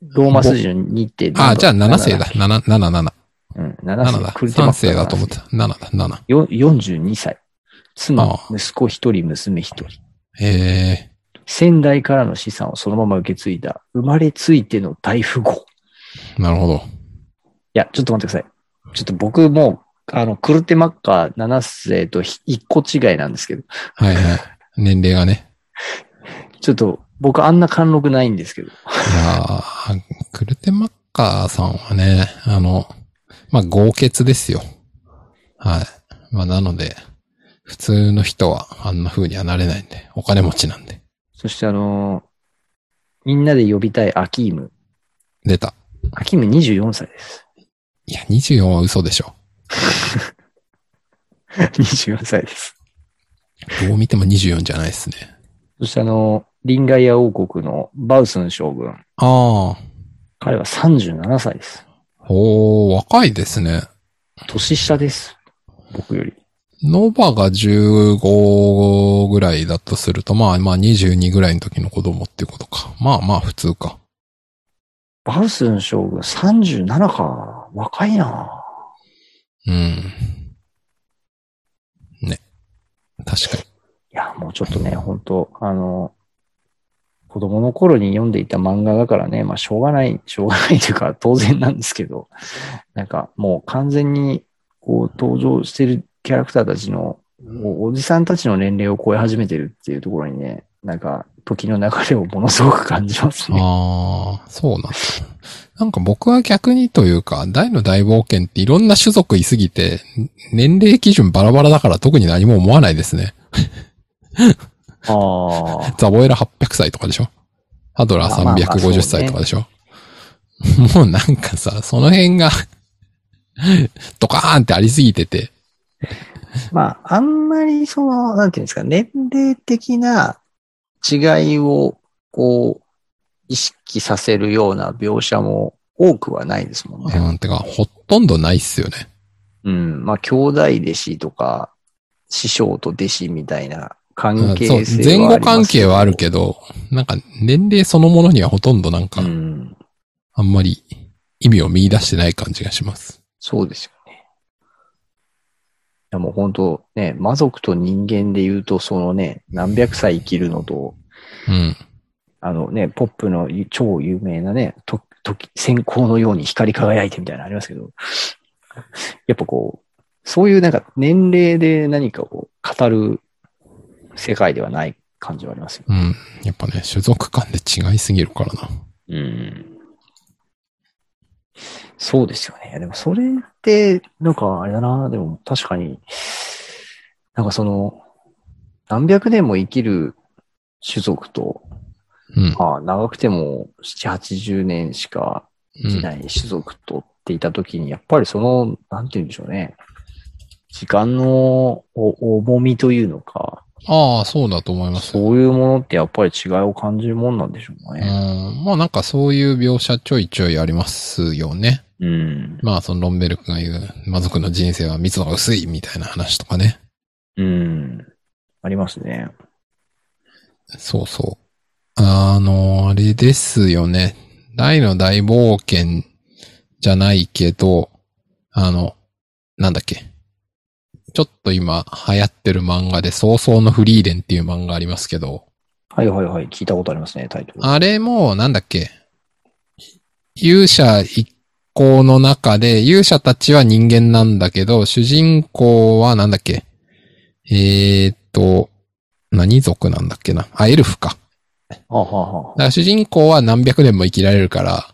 ローマ数字の2ってなんだろう。
あ、じゃあ7世だ。7、7、7。
うん、7
7
世。
だ。
クルテマッ
3
カ
世だと思ってた。7だ、7。
よ42歳。妻
あ、あ
息子一人、娘一人。
え
先代からの資産をそのまま受け継いだ、生まれついての大富豪。い
ー、なるほど。
や、ちょっと待ってください。ちょっと僕もう、あの、クルテマッカー7世とひ一個違いなんですけど、
はいはい。年齢がね。
ちょっと僕あんな貫禄ないんですけど、
いやー、クルテマッカーさんはね、あの、まあ、豪傑ですよ。はい。まあ、なので、普通の人はあんな風にはなれないんで、お金持ちなんで。
そしてあのーみんなで呼びたいアキーム。
出た。
アキーム24歳です。
いや、24は嘘でしょ。
24歳です。
どう見ても24じゃないですね。
そしてあのーリンガイア王国のバウスン将軍。
あー。
彼は37歳です。
おー、若いですね。
年下です。僕より。
ノバが15ぐらいだとすると、まあまあ22ぐらいの時の子供っていうことか。まあまあ普通か。
バウスン将軍37か。若いな
うん。ね。確かに。
いや、もうちょっとね、本当あの、子供の頃に読んでいた漫画だからね、まあ、しょうがない、しょうがない というか、当然なんですけど、なんかもう完全に、こう、登場してるキャラクターたちの、もうおじさんたちの年齢を超え始めてるっていうところにね、なんか、時の流れをものすごく感じますね。
ああ、そうなんだ。なんか僕は逆にというか、大の大冒険っていろんな種族いすぎて、年齢基準バラバラだから特に何も思わないですね。
ああ。
ザボエラ800歳とかでしょハドラ
あまあま
ー
あそうね
350歳とかでしょ、もうなんかさ、その辺が、ドカーンってありすぎてて、
まあ、あんまりその、なんていうんですか、年齢的な違いを、こう、意識させるような描写も多くはないですもん
う
ね。
ん、てか、ほとんどないっすよね。
うん。まあ、兄弟弟子とか、師匠と弟子みたいな関
うん
係
そう、
性
前
はあ
後
ります
関係はあるけど、なんか年齢そのものにはほとんどなんか
う、ん。
あんまり意味を見出してない感じがします。
そうですよね。いやもう本当ね、魔族と人間で言うと、そのね、何百歳生きるのと、
うん。
あのね、ポップの超有名なね、と、とき、閃光のように光り輝いてみたいなのありますけど、やっぱこう、そういうなんか年齢で何かを語る世界ではない感じはありますよ。
うん。やっぱね、種族間で違いすぎるからな。
うん。そうですよね。でもそれって、なんかあれだな、でも確かに、なんかその、何百年も生きる種族と、
うん。
まあ長くても7、80年しか
うん
時。代に種族とっていたときに、やっぱりその、なんて言うんでしょうね。時間のお重みというのか、
ああ、そうだと思います。
そういうものってやっぱり違いを感じるもんなんでしょう
う
ね。
ん。まあなんかそういう描写ちょいちょいありますよね。
うん。
まあそのロンベルクが言う、魔族の人生は密度が薄いみたいな話とかね。
うん。ありますね。
そうそう。あの、あれですよね。大の大冒険じゃないけど、あの、なんだっけ。ちょっと今流行ってる漫画で、早々のフリーレンっていう漫画ありますけど、
はいはいはい。聞いたことありますね、タイトル。
あれも、なんだっけ。勇者一行の中で、勇者たちは人間なんだけど、主人公はなんだっけ。えー、っと、何族なんだっけな。あ、エルフか。
あはは
だから主人公は何百年も生きられるから、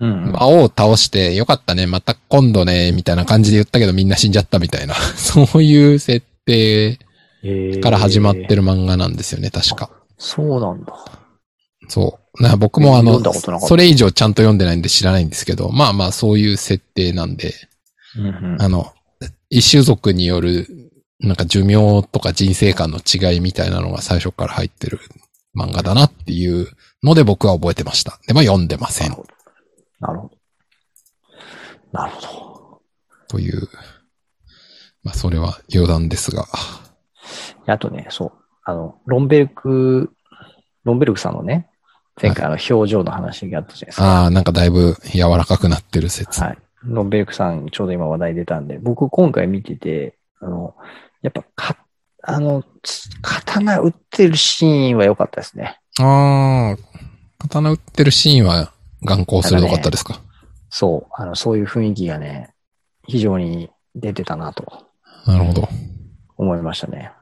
うんうん。
魔王を倒して、よかったね、また今度ね、みたいな感じで言ったけどみんな死んじゃったみたいな、 そういう設定から始まって
る。
る漫画なんですよね、確か。
そうなんだ。
そう。な僕もあ
読
の
んだことなかっ、た
それ以上ちゃんと読んでないんで知らないんですけど、まあまあそういう設定なんで、
うんうん。
あの、一種族による、なんか寿命とか人生観の違いみたいなのが最初から入ってる漫画だなっていうので僕は覚えてました。でも読んでませ
なんる。ほど。なるほど。なるほど。
という。まあ、それは余談ですが。
あとね、そう、あの、ロンベルク、ロンベルクさんのね、前回あの表情の話があったじゃないですか。
ああ、なんかだいぶ柔らかくなってる説。
はい。ロンベルクさん、ちょうど今話題出たんで、僕今回見てて、あの、やっぱか、あの、つ刀打ってるシーンは良かったですね。
ああ、刀打ってるシーンは眼光鋭かったですか。
そう、あの、そういう雰囲気がね、非常に出てたなと
なるほど。
思いましたね。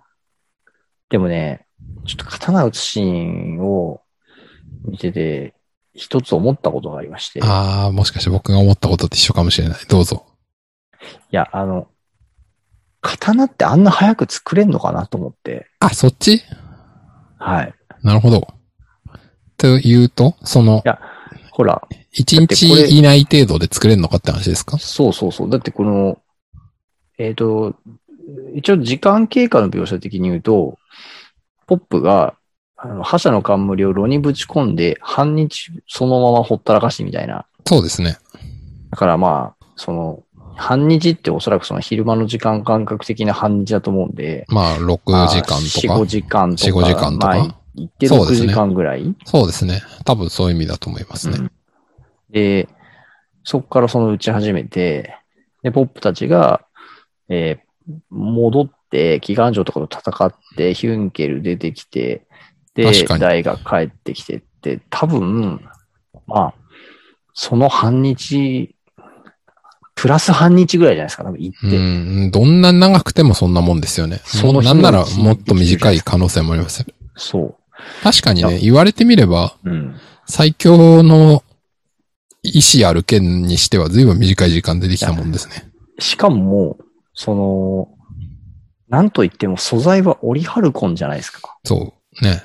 でもね、ちょっと刀打つシーンを見てて、一つ思ったことがありまして。
ああ、もしかして僕が思ったことと一緒かもしれない。どうぞ。
いや、あの、刀ってあんな早く作れんのかなと思って。
あ、そっち
はい。
なるほど。というと、その
い、や、ほら、
1日以内程度で作れるのかって話ですか
そうそうそう。だってこの、えっ、と、一応時間経過の描写的に言うと、ポップが、あの、覇者の冠を炉にぶち込んで、半日そのままほったらかしみたいな。
そうですね。
だからまあ、その、半日っておそらくその昼間の時間感覚的な半日だと思うんで、
まあ、6
まあ
時間
4、5
とか。
時間とか。
4 5時間とか
まあ、行って
そう
6
です
時
ね
間ぐらい、
そうですね。多分そういう意味だと思いますね。
で、そこからその打ち始めて、で、ポップたちが、えー戻って、祈願城とかと戦って、ヒュンケル出てきて、で
確か、に
ダイが帰ってきてっって多分、まあ、その半日、プラス半日ぐらいじゃないですか、多分行って。
うん、どんな長くてもそんなもんですよね。
そ
も
の
う
日
な
の
んな
う
ら
ちに
もっと短い可能性もありますよ。
そ
確かに
い
ね、
や
言われてみれば、
う。うん。
最強の意志ある県にしては随分短い時間でできたもんですね。
しかも、その、なんといっても素材はオリハルコンじゃないですか。
そう。ね。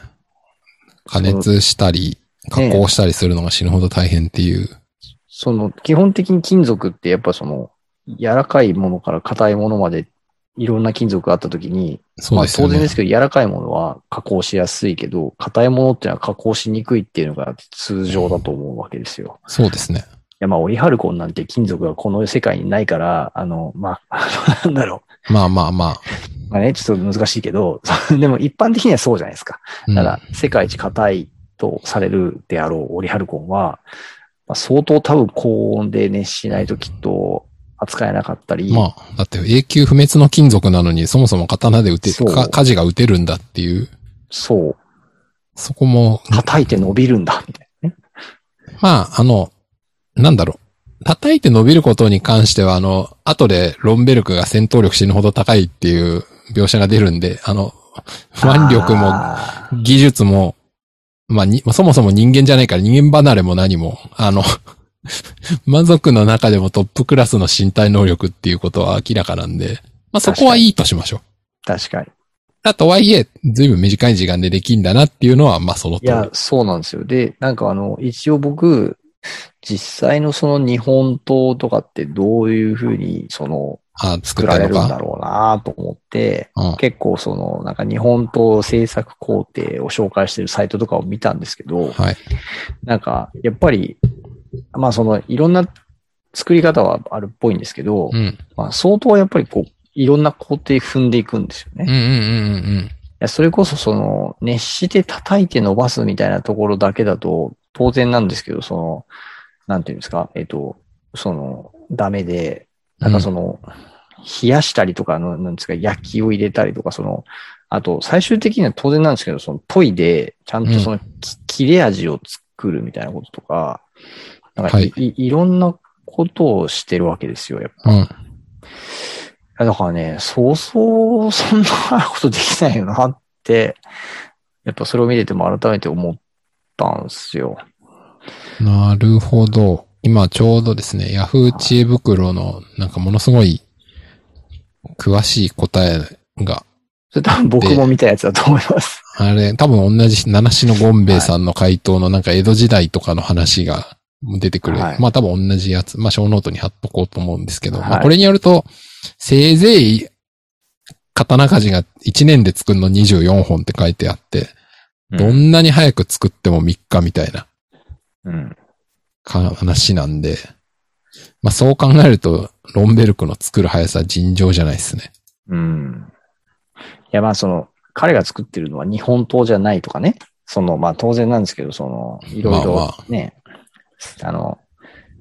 加熱したり、
そう
加工したりするのが死ぬほど大変っていう。
その、基本的に金属ってやっぱその、柔らかいものから硬いものまで、いろんな金属があった時に、
そうですよ
まあ当然
ね
で。すけど、柔らかいものは加工しやすいけど、硬いものっていうのは加工しにくいっていうのが通常だと思うわけですよ。
そうですね。
いや、まあ、オリハルコンなんて金属がこの世界にないから、あの、まあ、あ のなんだろ
まあまあまあ。
う。まあね、ちょっと難しいけど、 そうでも一般的にはそうじゃないですか。
うん
ただ、世界一硬いとされるであろうオリハルコンは、まあ、相当多分高温で熱しないときっと扱えなかったり、
まあ、だって永久不滅の金属なのに、そもそも刀で撃て、
そう
か火事が撃てるんだっていう、
そう、
そこも、
叩いて伸びるんだ、みたいなね。
まあ、あの、なんだろう。叩いて伸びることに関しては、あの、後でロンベルクが戦闘力死ぬほど高いっていう描写が出るんで、あの、腕力も
あー
技術も、まあ、に、そもそも人間じゃないから人間離れも何も、あの、 満足の中でもトップクラスの身体能力っていうことは明らかなんで、まあそこはいいとしましょう。
確かに。
だとはいえ、ずいぶん短い時間でできんだなっていうのは、まあその通り。
いや、そうなんですよ。で、なんかあの、一応僕、実際のその日本刀とかってどういうふうにその
あ作
作
っ
ら
た
れる
の
んだ
か。
ろうなと思って、
うん
結構そのなんか日本刀制作工程を紹介してるサイトとかを見たんですけど、
はい。
なんかやっぱり、まあそのいろんな作り方はあるっぽいんですけど
う、ん。
まあ相当やっぱりこう、いろんな工程踏んでいくんですよね。
うんうんうんうん
いや、それこそその、熱して叩いて伸ばすみたいなところだけだと、当然なんですけど、その、なんていうんですか、えっと、その、ダメで、
うん。
なんかその、冷やしたりとかの、なんですか、焼きを入れたりとか、その、あと、最終的には当然なんですけど、その、研いで、ちゃんとその、き切れ味を作るみたいなこととか、なんかい、、
はい
いろんなことをしてるわけですよ、やっぱ
うん。
いやだからね、そうそう、そんなことできないよなって、やっぱそれを見てても改めて思ったんですよ。
なるほど。今ちょうどですね、ヤフー知恵袋の、なんかものすごい、詳しい答えが、
それ多分僕も見たやつだと思います。
あれ、多分同じ、七種のゴンベイさんの回答のなんか江戸時代とかの話が出てくる。
はい
まあ多分同じやつ。まあ小ノートに貼っとこうと思うんですけど、ま
は
あ
い
これによると、せいぜい、刀鍛冶が1年で作るの24本って書いてあって、どんなに早く作っても3日みたいな
うん。
か話なんで、まあそう考えると、ロンベルクの作る速さは尋常じゃないですね。
うん。いや、まあその、彼が作ってるのは日本刀じゃないとかね。その、まあ当然なんですけど、その、いろい
まあま
ろね、あの、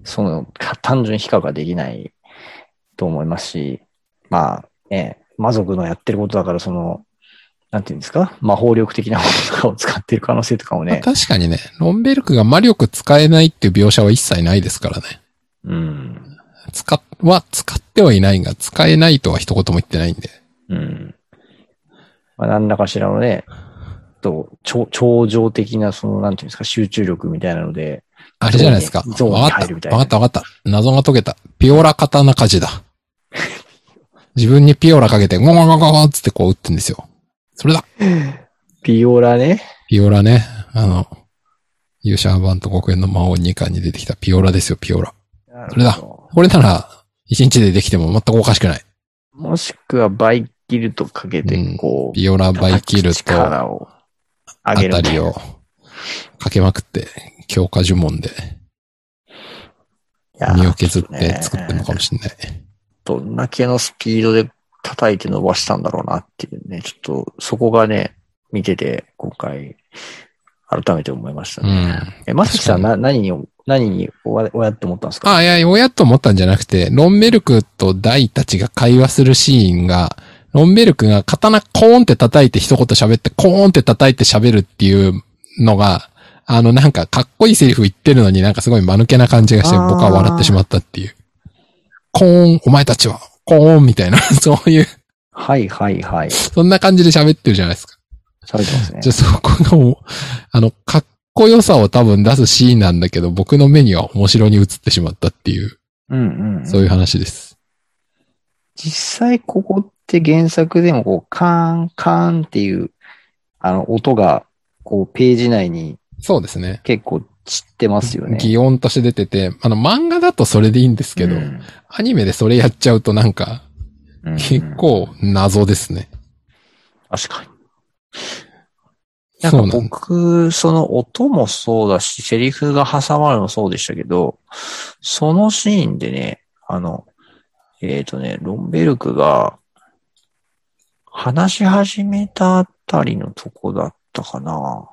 その、か単純に比較ができないと思いますし、まあね、魔族のやってることだから、その、なんていうんですか魔法力的なものとかを使ってる可能性とかも
まあ
ね、
確かにね、ロンベルクが魔力使えないっていう描写は一切ないですからね。
うん、
使っ、は使ってはいないが、使えないとは一言も言ってないんで。
うん。まあ何らかしらのね、と、超、超常的な、その、なんていうんですか、集中力みたいなので、
あれじゃないですか。
ゾーンに
わか
入
っ
るみた
た。
いな
わかったわかった。謎が解けた。ピオラ刀鍛冶だ。自分にピオラかけて、ゴゴゴゴゴっつってこう打ってんですよ。それだ
ピオラね。
ピオラね。あの、勇者アバンと国園の魔王2巻に出てきたピオラですよ、ピオラ。それだこれなら、1日でできても全くおかしくない。
もしくはバイキルとかけ
うん
て、こう、
ピオラバイキル
叩き
と、あ
力を上げる
た
みたい
り
な。
をかけまくって、強化呪文で
い
身
や
を削って作ってるのかもしれない。
どんだけのスピードで叩いて伸ばしたんだろうなっていうね、ちょっとそこがね、見てて、今回、改めて思いました
う
ね。
ん。
え、まさきさん、な、何に、何におわ、おやって思ったんですか
あ、いや、親と思ったんじゃなくて、ロンベルクとダイたちが会話するシーンが、ロンベルクが刀コーンって叩いて一言喋って、コーンって叩いて喋るっていうのが、あの、なんか、かっこいいセリフ言ってるのになんかすごい間抜けな感じがして、
あー
僕は笑ってしまったっていう。コーン、お前たちは、コーンみたいな、 そういう、
はいはいはい。さ
そんな感じで喋ってるじゃないですか。
れてますね
じゃあ。そこがもう、あの、かっこよさを多分出すシーンなんだけど、僕の目には面白に映ってしまったっていう、
うんうんうん。
そういう話です。
実際ここって原作でもこう、カーン、カーンっていう、あの、音が、こう、ページ内に
そうですね。
結構散ってますよね。
擬音として出てて、あの、漫画だとそれでいいんですけど、
うん
アニメでそれやっちゃうとなんか、
うん
結構謎ですね。
確かに。
そう
なん
な
か
んだ。
僕、その音もそうだし、セリフが挟まるのもそうでしたけど、そのシーンでね、あの、えっ、とね、ロンベルクが、話し始めたあたりのとこだったかな。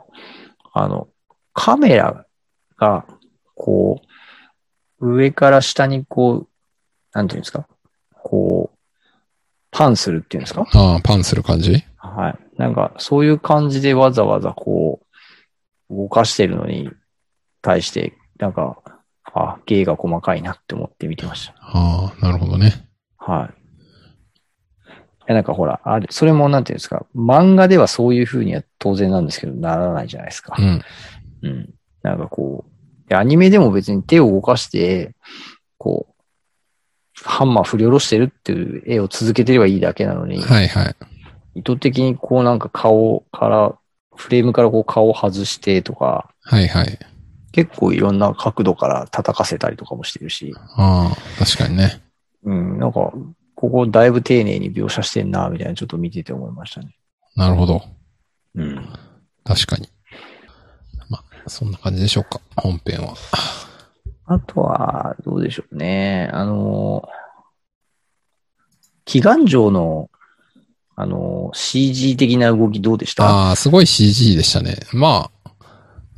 あの、カメラが、こう、上から下にこう、なんていうんですか、こう、パンするっていうんですか
ああ、パンする感じ
はい。なんか、そういう感じでわざわざこう、動かしてるのに対して、なんか、あ、芸が細かいなって思って見てまし
ああ、なるほどね。
た。はい。いやなんかほら、あれ、それもなんていうんですか、漫画ではそういう風には当然なんですけど、ならないじゃないですか
う。ん。
うん。なんかこう、でアニメでも別に手を動かして、こう、ハンマー振り下ろしてるっていう絵を続けてればいいだけなのに、
はいはい。
意図的にこうなんか顔から、フレームからこう顔を外してとか、
はいはい。
結構いろんな角度から叩かせたりとかもしてるし、
ああ、確かにね。
うん、なんか、ここだいぶ丁寧に描写してんな、みたいなちょっと見てて思いましたね。
なるほど。
うん。
確かに。まあ、そんな感じでしょうか。本編は。
あとは、どうでしょうね。あの、祈願城の、あの、CG 的な動きどうでした
ああ、すごい CG でしたね。まあ、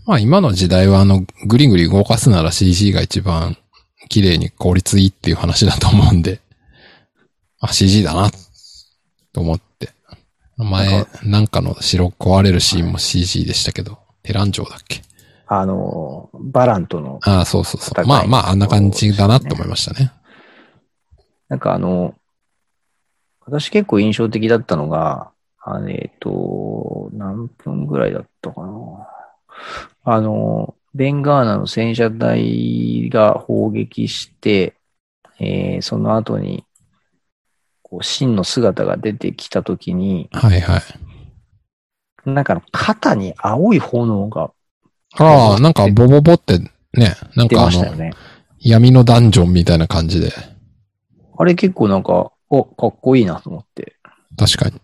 まあ今の時代はあの、ぐりぐり動かすなら CG が一番綺麗に効率いいっていう話だと思うんで、あ、CG だな、と思って。
なん
前、なんかの城壊れるシーンも CG でしたけど、テラン城だっけ
あの、バランとの
ああ、そうそうそ
戦
う。
い
まあまあ、あんな感じだなと思いましたね。
なんかあの、私結構印象的だったのが、あのえっと、何分ぐらいだったかな。あの、ベンガーナの戦車隊が砲撃して、えーその後に、こう、真の姿が出てきたときに、
はいはい。
なんかあの肩に青い炎が
ああ、なんかボボボってね、なん
出
か
ま
あ
したよ
の、
ね。
闇のダンジョンみたいな感じで、
あれ結構なんか、お、かっこいいなと思って。
確かに。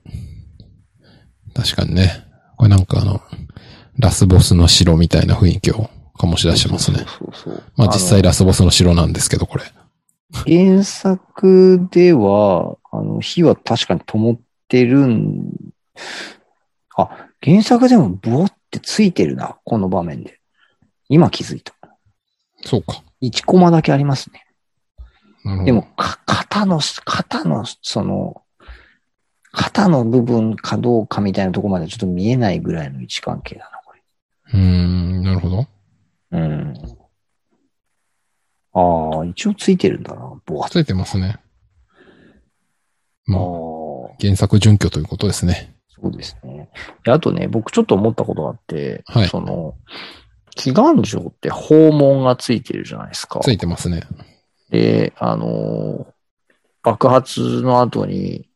確かにね。これなんかあの、ラスボスの城みたいな雰囲気を醸し出してますね。
そうそうそう。
まあ
の
実際ラスボスの城なんですけど、これ。
原作では、あの、火は確かに灯ってるん、あ、原作でもブオってついてるな、この場面で。今気づいた。
そうか。
1コマだけありますね。
なるほど。
でも、か、肩の、肩の、その、肩の部分かどうかみたいなところまでちょっと見えないぐらいの位置関係だな、こ
うーん、なるほど。
れ。うん。ああ、一応ついてるんだな、ボワッ
ついてますね。まあ、
と。ああ。
原作準拠ということですね。
そうですね。であとね、僕ちょっと思ったことがあって、
はい
その、祈願城って訪問がついてるじゃないですか。
ついてますね。
で、あのー爆発の後に、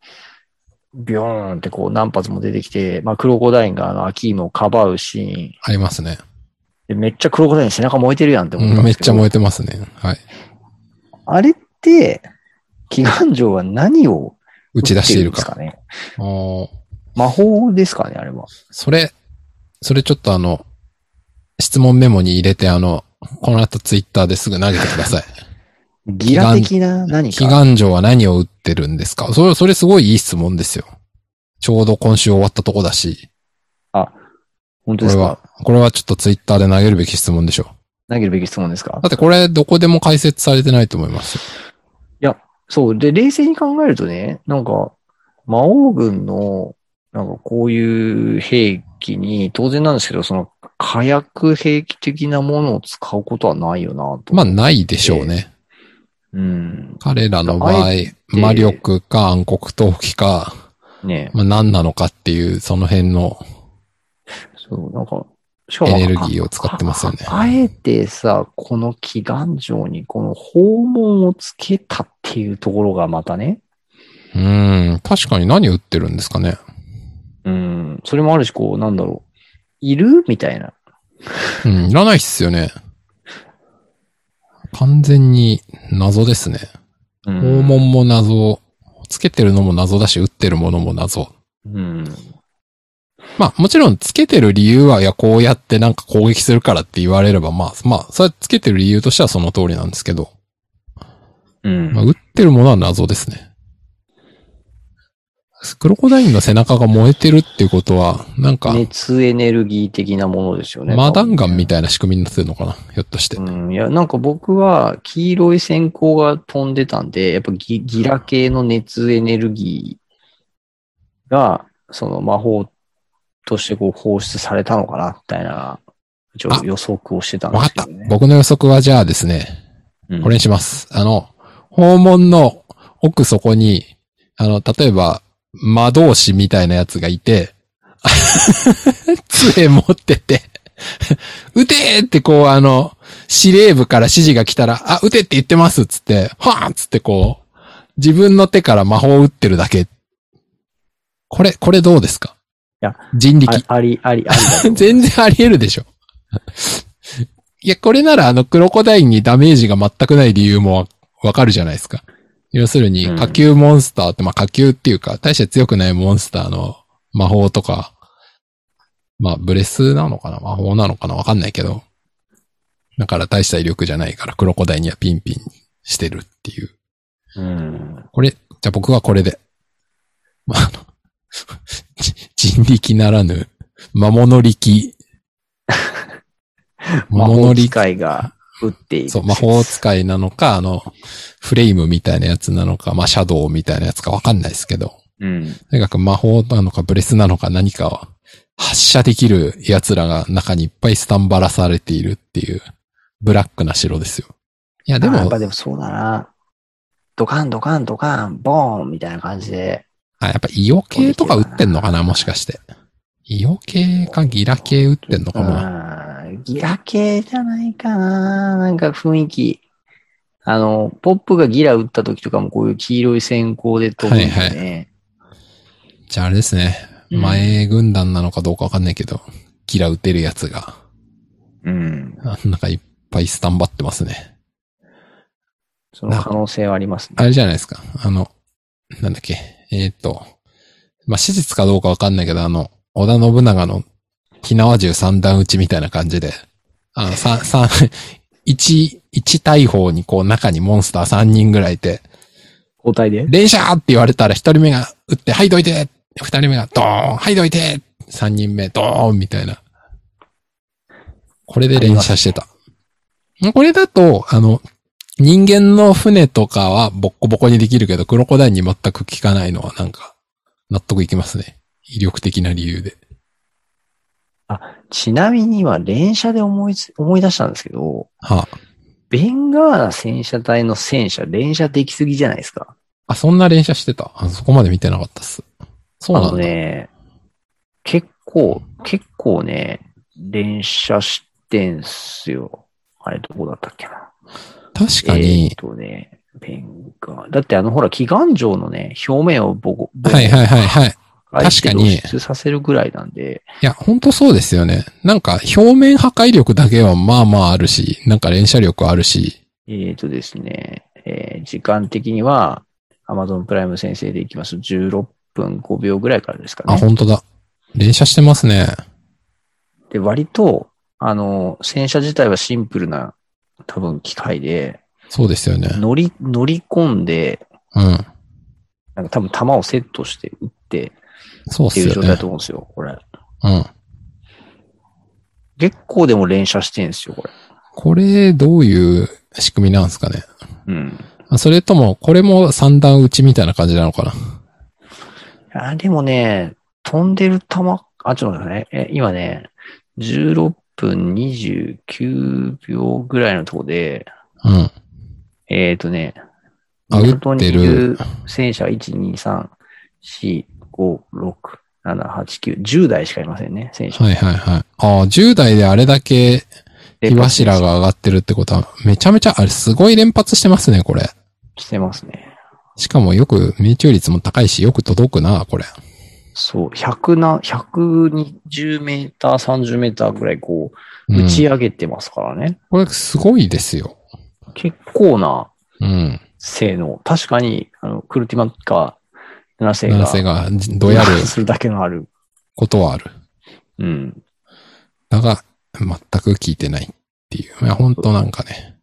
ビョーンってこう何発も出てきて、まあ、クロコダインがあの、アキームをかばうシーン
ありますね。
で、めっちゃクロコダイン背中燃えてるやんって思っ
う
た
ん
ん
め
で
っ
すけ
ちゃ
ど、
燃えてますね。はい。
あれって、祈願城は何を
打ち出している
撃っ
か。
てんですかね。
あー
魔法ですかね、あれは。
それ、それちょっとあの、質問メモに入れてあの、この後ツイッターですぐ投げてください。
ギラ的な何か。
祈願城は何を打ってるんですかそれ、それすごいいい質問ですよ。ちょうど今週終わったとこだし、
本当
こ
で
れ
すか
は、これはちょっとツイッターで投げるべき質問でしょ
投げるべき質問ですか
う。だってこれどこでも解説されてないと思いますよ。
そう。で、冷静に考えるとね、なんか、魔王軍の、なんかこういう兵機に、当然なんですけど、その火薬兵器的なものを使うことはないよなと。
まあ、ないでしょうね。
うん。
彼らの場合
あ、
魔力か暗黒闘技か、
ね
まあ、何なのかっていう、その辺の、
そう、なんか、しかも
エネルギーを使ってますよね
ああえてさ、この祈願城にこの訪問をつけたっていうところがまたね、
うーん、確かに何売ってるんですかね。
うん、それもあるし、こう、なんだろう、いるみたいな。
うん、いらないっすよね。完全に謎ですね。
うん
訪問も謎。つけてるのも謎だし、打ってるものも謎。
うん。
まあ、もちろんつけてる理由は、いや、こうやってなんか攻撃するからって言われれば、まあ、まあ、それはつけてる理由としてはその通りなんですけど、
うん
まあ、打ってるものは謎ですね。クロコダインの背中が燃えてるっていうことは、なんか、
熱エネルギー的なものですよね。
マダンガンみ
い
たいな仕組みになってるのかなひょっとして。
うん、いや、なんか僕は黄色い閃光が飛んでたんで、やっぱギギラ系の熱エネルギーが、その魔法としてこう放出されたのかな、みたいな、一応
あ
予測をしてたんで
わかっ
すけ
た
ど、ね。。
僕の予測はじゃあですね、
うん
これにします。あの、訪問の奥底に、あの、例えば、魔導士みたいなやつがいて、 杖持ってて、撃てーってこうあの、司令部から指示が来たら、あ、撃てって言ってますっつって、はーっつってこう、自分の手から魔法を撃ってるだけ。これ、これどうですか
いや
人力。
ああり、あり、ありだと思 う。
全然あり得るでしょ。 いや、これならあの、クロコダインにダメージが全くない理由もわわかるじゃないですか。要するに
う、ん
火球モンスターって、まあ火球っていうか、大して強くないモンスターの魔法とか、まあブレスなのかな魔法なのかなわかんないけど。だから大した威力じゃないから、クロコダインにはピンピンしてるっていう。
うん。
これ、じゃあ僕はこれで。まあ、あの、 じ人力ならぬ、魔物 力。
魔
魔
法
物力。
使いが打っている。
そう、魔法使いなのか、あの、フレイムみたいなやつなのか、まあ、シャドウみたいなやつかわかんないですけど、
うん。
とにかく魔法なのか、ブレスなのか、何かを発射できる奴らが中にいっぱいスタンバラされているっていう、ブラックな城ですよ。いや、で
でも、やっ
も、
ぱでもそうだな。ドカン、ドカン、ドカン、ボーンみたいな感じで。
あ、やっぱイオ系とか打ってんのかなもしかして。イオ系かギラ系打ってんのかも。
うんギラ系じゃないかな。なんか雰囲気。あの、ポップがギラ打った時とかもこういう黄色い閃光で飛ぶんだよね。
じゃああれですね。
うん
前軍団なのかどうかわかんないけど、ギラ打てるやつが、
うん。
あなんかいっぱいスタンバってますね。
その可能性はあります
あ
ね。
れじゃないですか。あの、なんだっけ。えーっと、まあ、史実かどうかわかんないけど、あの、織田信長の、火縄銃三段撃ちみたいな感じで、あの、三、三、 一、一大砲にこう中にモンスター三人ぐらいいて、
交代で
連射って言われたら一人目が撃って、はいどいて二人目がドーンはいどいて三人目ドーンみたいな。これで連射してた。これだと、あの、人間の船とかはボッコボコにできるけど、クロコダインに全く効かないのはなんか、納得いきますね。威力的な理由で。
ちなみには連射で思いつ思い出したんですけど、
はあ、
ベンガーナ戦車隊の戦車、連射できすぎじゃないですか。
あ、そんな連射してた。あそこまで見てなかったっす。そう
あ
なん
の
だ。
ね、結構、結構ね、連射してんすよ。あれ、どこだったっけな。
確かに
えーっ、とね、ペンが。だってあの、ほら、祈願城のね、表面をボコ、ボコ
はいはいはいはい。
返して
確かに
露出させるぐらいなんで、
いや、ほんとそうですよね。なんか、表面破壊力だけはまあまああるし、なんか連射力あるし、
えーっ、とですね、えー時間的には、アマゾンプライム先生でいきます。16分5秒ぐらいからですか
あ、
ね。
ほんとだ。連射してますね。
で、割と、あの、戦車自体はシンプルな、多分機械で、
そうですよね。
乗り、乗り込んで、
うん。
なんか多分弾をセットして撃って
そうっ
って
す
いう
よ
状態だ
ね
と。思うんですよ、これ。
うん。
結構でも連射してんすよ、これ。
これ、どういう仕組みなんですかね。
うん。
あそれとも、これも三段打ちみたいな感じなのかな。
あ、でもね、飛んでる弾あ、ちょっと待ってくださいね。え、今ね、16分29秒ぐらいのとこで、
うん。
えっ、ー、とね、
あ
港にい
打っ
る戦車1、2、3、4、5、6、7、8、9、10台しかいませんね、戦車。
はいはいはい。ああ、10代であれだけ火柱が上がってるってことは、めちゃめちゃ、あれすごい連発してますね、これ。
してますね。
しかもよく命中率も高いし、よく届くな、これ。
そう、100な、120メーター、30メーターぐらいこ
う
う、
ん
打ち上げてますからね。
これすごいですよ。
結構な
うん。
性能。確かに、あの、クルティマッカー7000
男
が、
性がどやる
するだけのある。
ことはある。
うん。
だが、全く聞いてないっていう。いや、ほんとなんかね。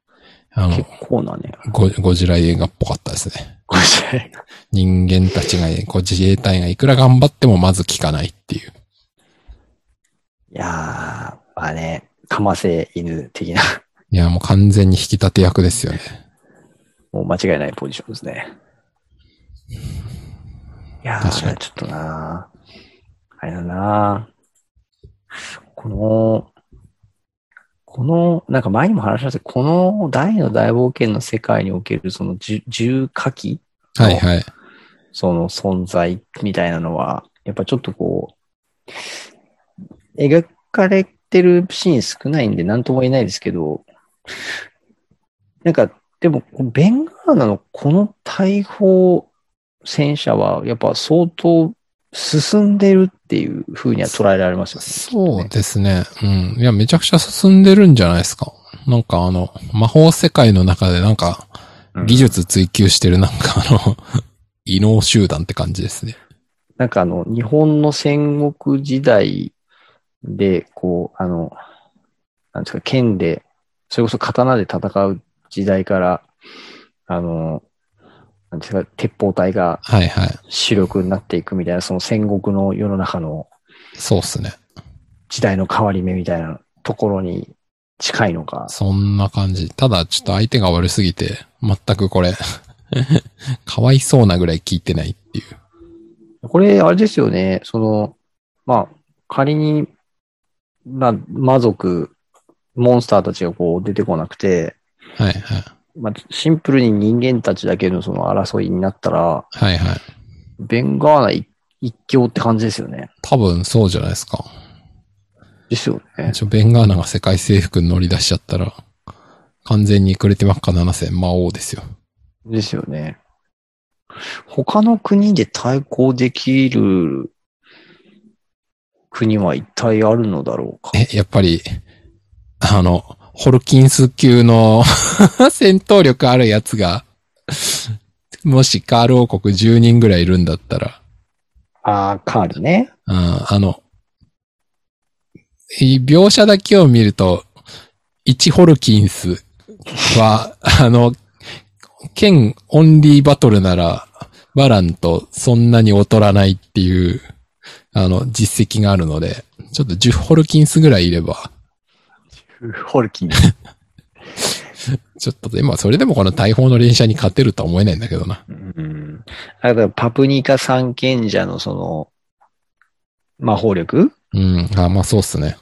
あ
結
の、
構なね。
ゴゴジラ映画っぽかったですね。
これ
人間たちが、こう自衛隊がいくら頑張ってもまず効かないっていう。
いやー、まあね、かませ犬的な、
いや、もう完全に引き立て役ですよね。
もう間違いないポジションですね。いや
確か
ー、
に
ちょっとなーあれだなーこの、この、なんか前にも話しましたけど、この大の大冒険の世界におけるその重重火器
はいはい。
その存在みたいなのは、やっぱちょっとこう、描かれてるシーン少ないんで何とも言えないですけど、なんか、でも、ベンガーナのこの大砲戦車は、やっぱ相当進んでるっていう風には捉えられますよね。
そうですね。うん。いや、めちゃくちゃ進んでるんじゃないですか。なんかあの、魔法世界の中でなんか、
うん
技術追求してるなんかあの、 異能集団って感じですね。
なんかあの、日本の戦国時代で、こう、あの、なんですか、剣で、それこそ刀で戦う時代から、あの、なんですか、鉄砲隊が
はいはい。
主力になっていくみたいな、その戦国の世の中の
そうっすね。
時代の変わり目みたいなところに近いのか。
そんな感じ。ただ、ちょっと相手が悪すぎて、全くこれ、 かわいそうなぐらい聞いてないっていう。
これ、あれですよね、その、まあ、仮に、まあ、魔族、モンスターたちがこう出てこなくて、
はいはい。
まあ、シンプルに人間たちだけのその争いになったら、
はいはい。
ベンガーナ一一強って感じですよね。
多分そうじゃないですか。
ですよね。
ちょ、ベンガーナが世界征服に乗り出しちゃったら、完全にクレティマッカ7000魔王ですよ。
ですよね。他の国で対抗できる国は一体あるのだろうか。
え、やっぱり、あの、ホルキンス級の 戦闘力あるやつが、もしカール王国10人ぐらいいるんだったら、
ああ、カールね。
うんあの、い描写だけを見ると、1ホルキンスは、 あの、剣オンリーバトルなら、バランとそんなに劣らないっていう、あの、実績があるので、ちょっと10ホルキンスぐらいいれば、
ホルキン。
ちょっとで、まあそれでもこの大砲の連射に勝てるとは思えないんだけどな。
うん。あだからパプニカ三賢者のその、魔法力
うん、あまあそうっすね。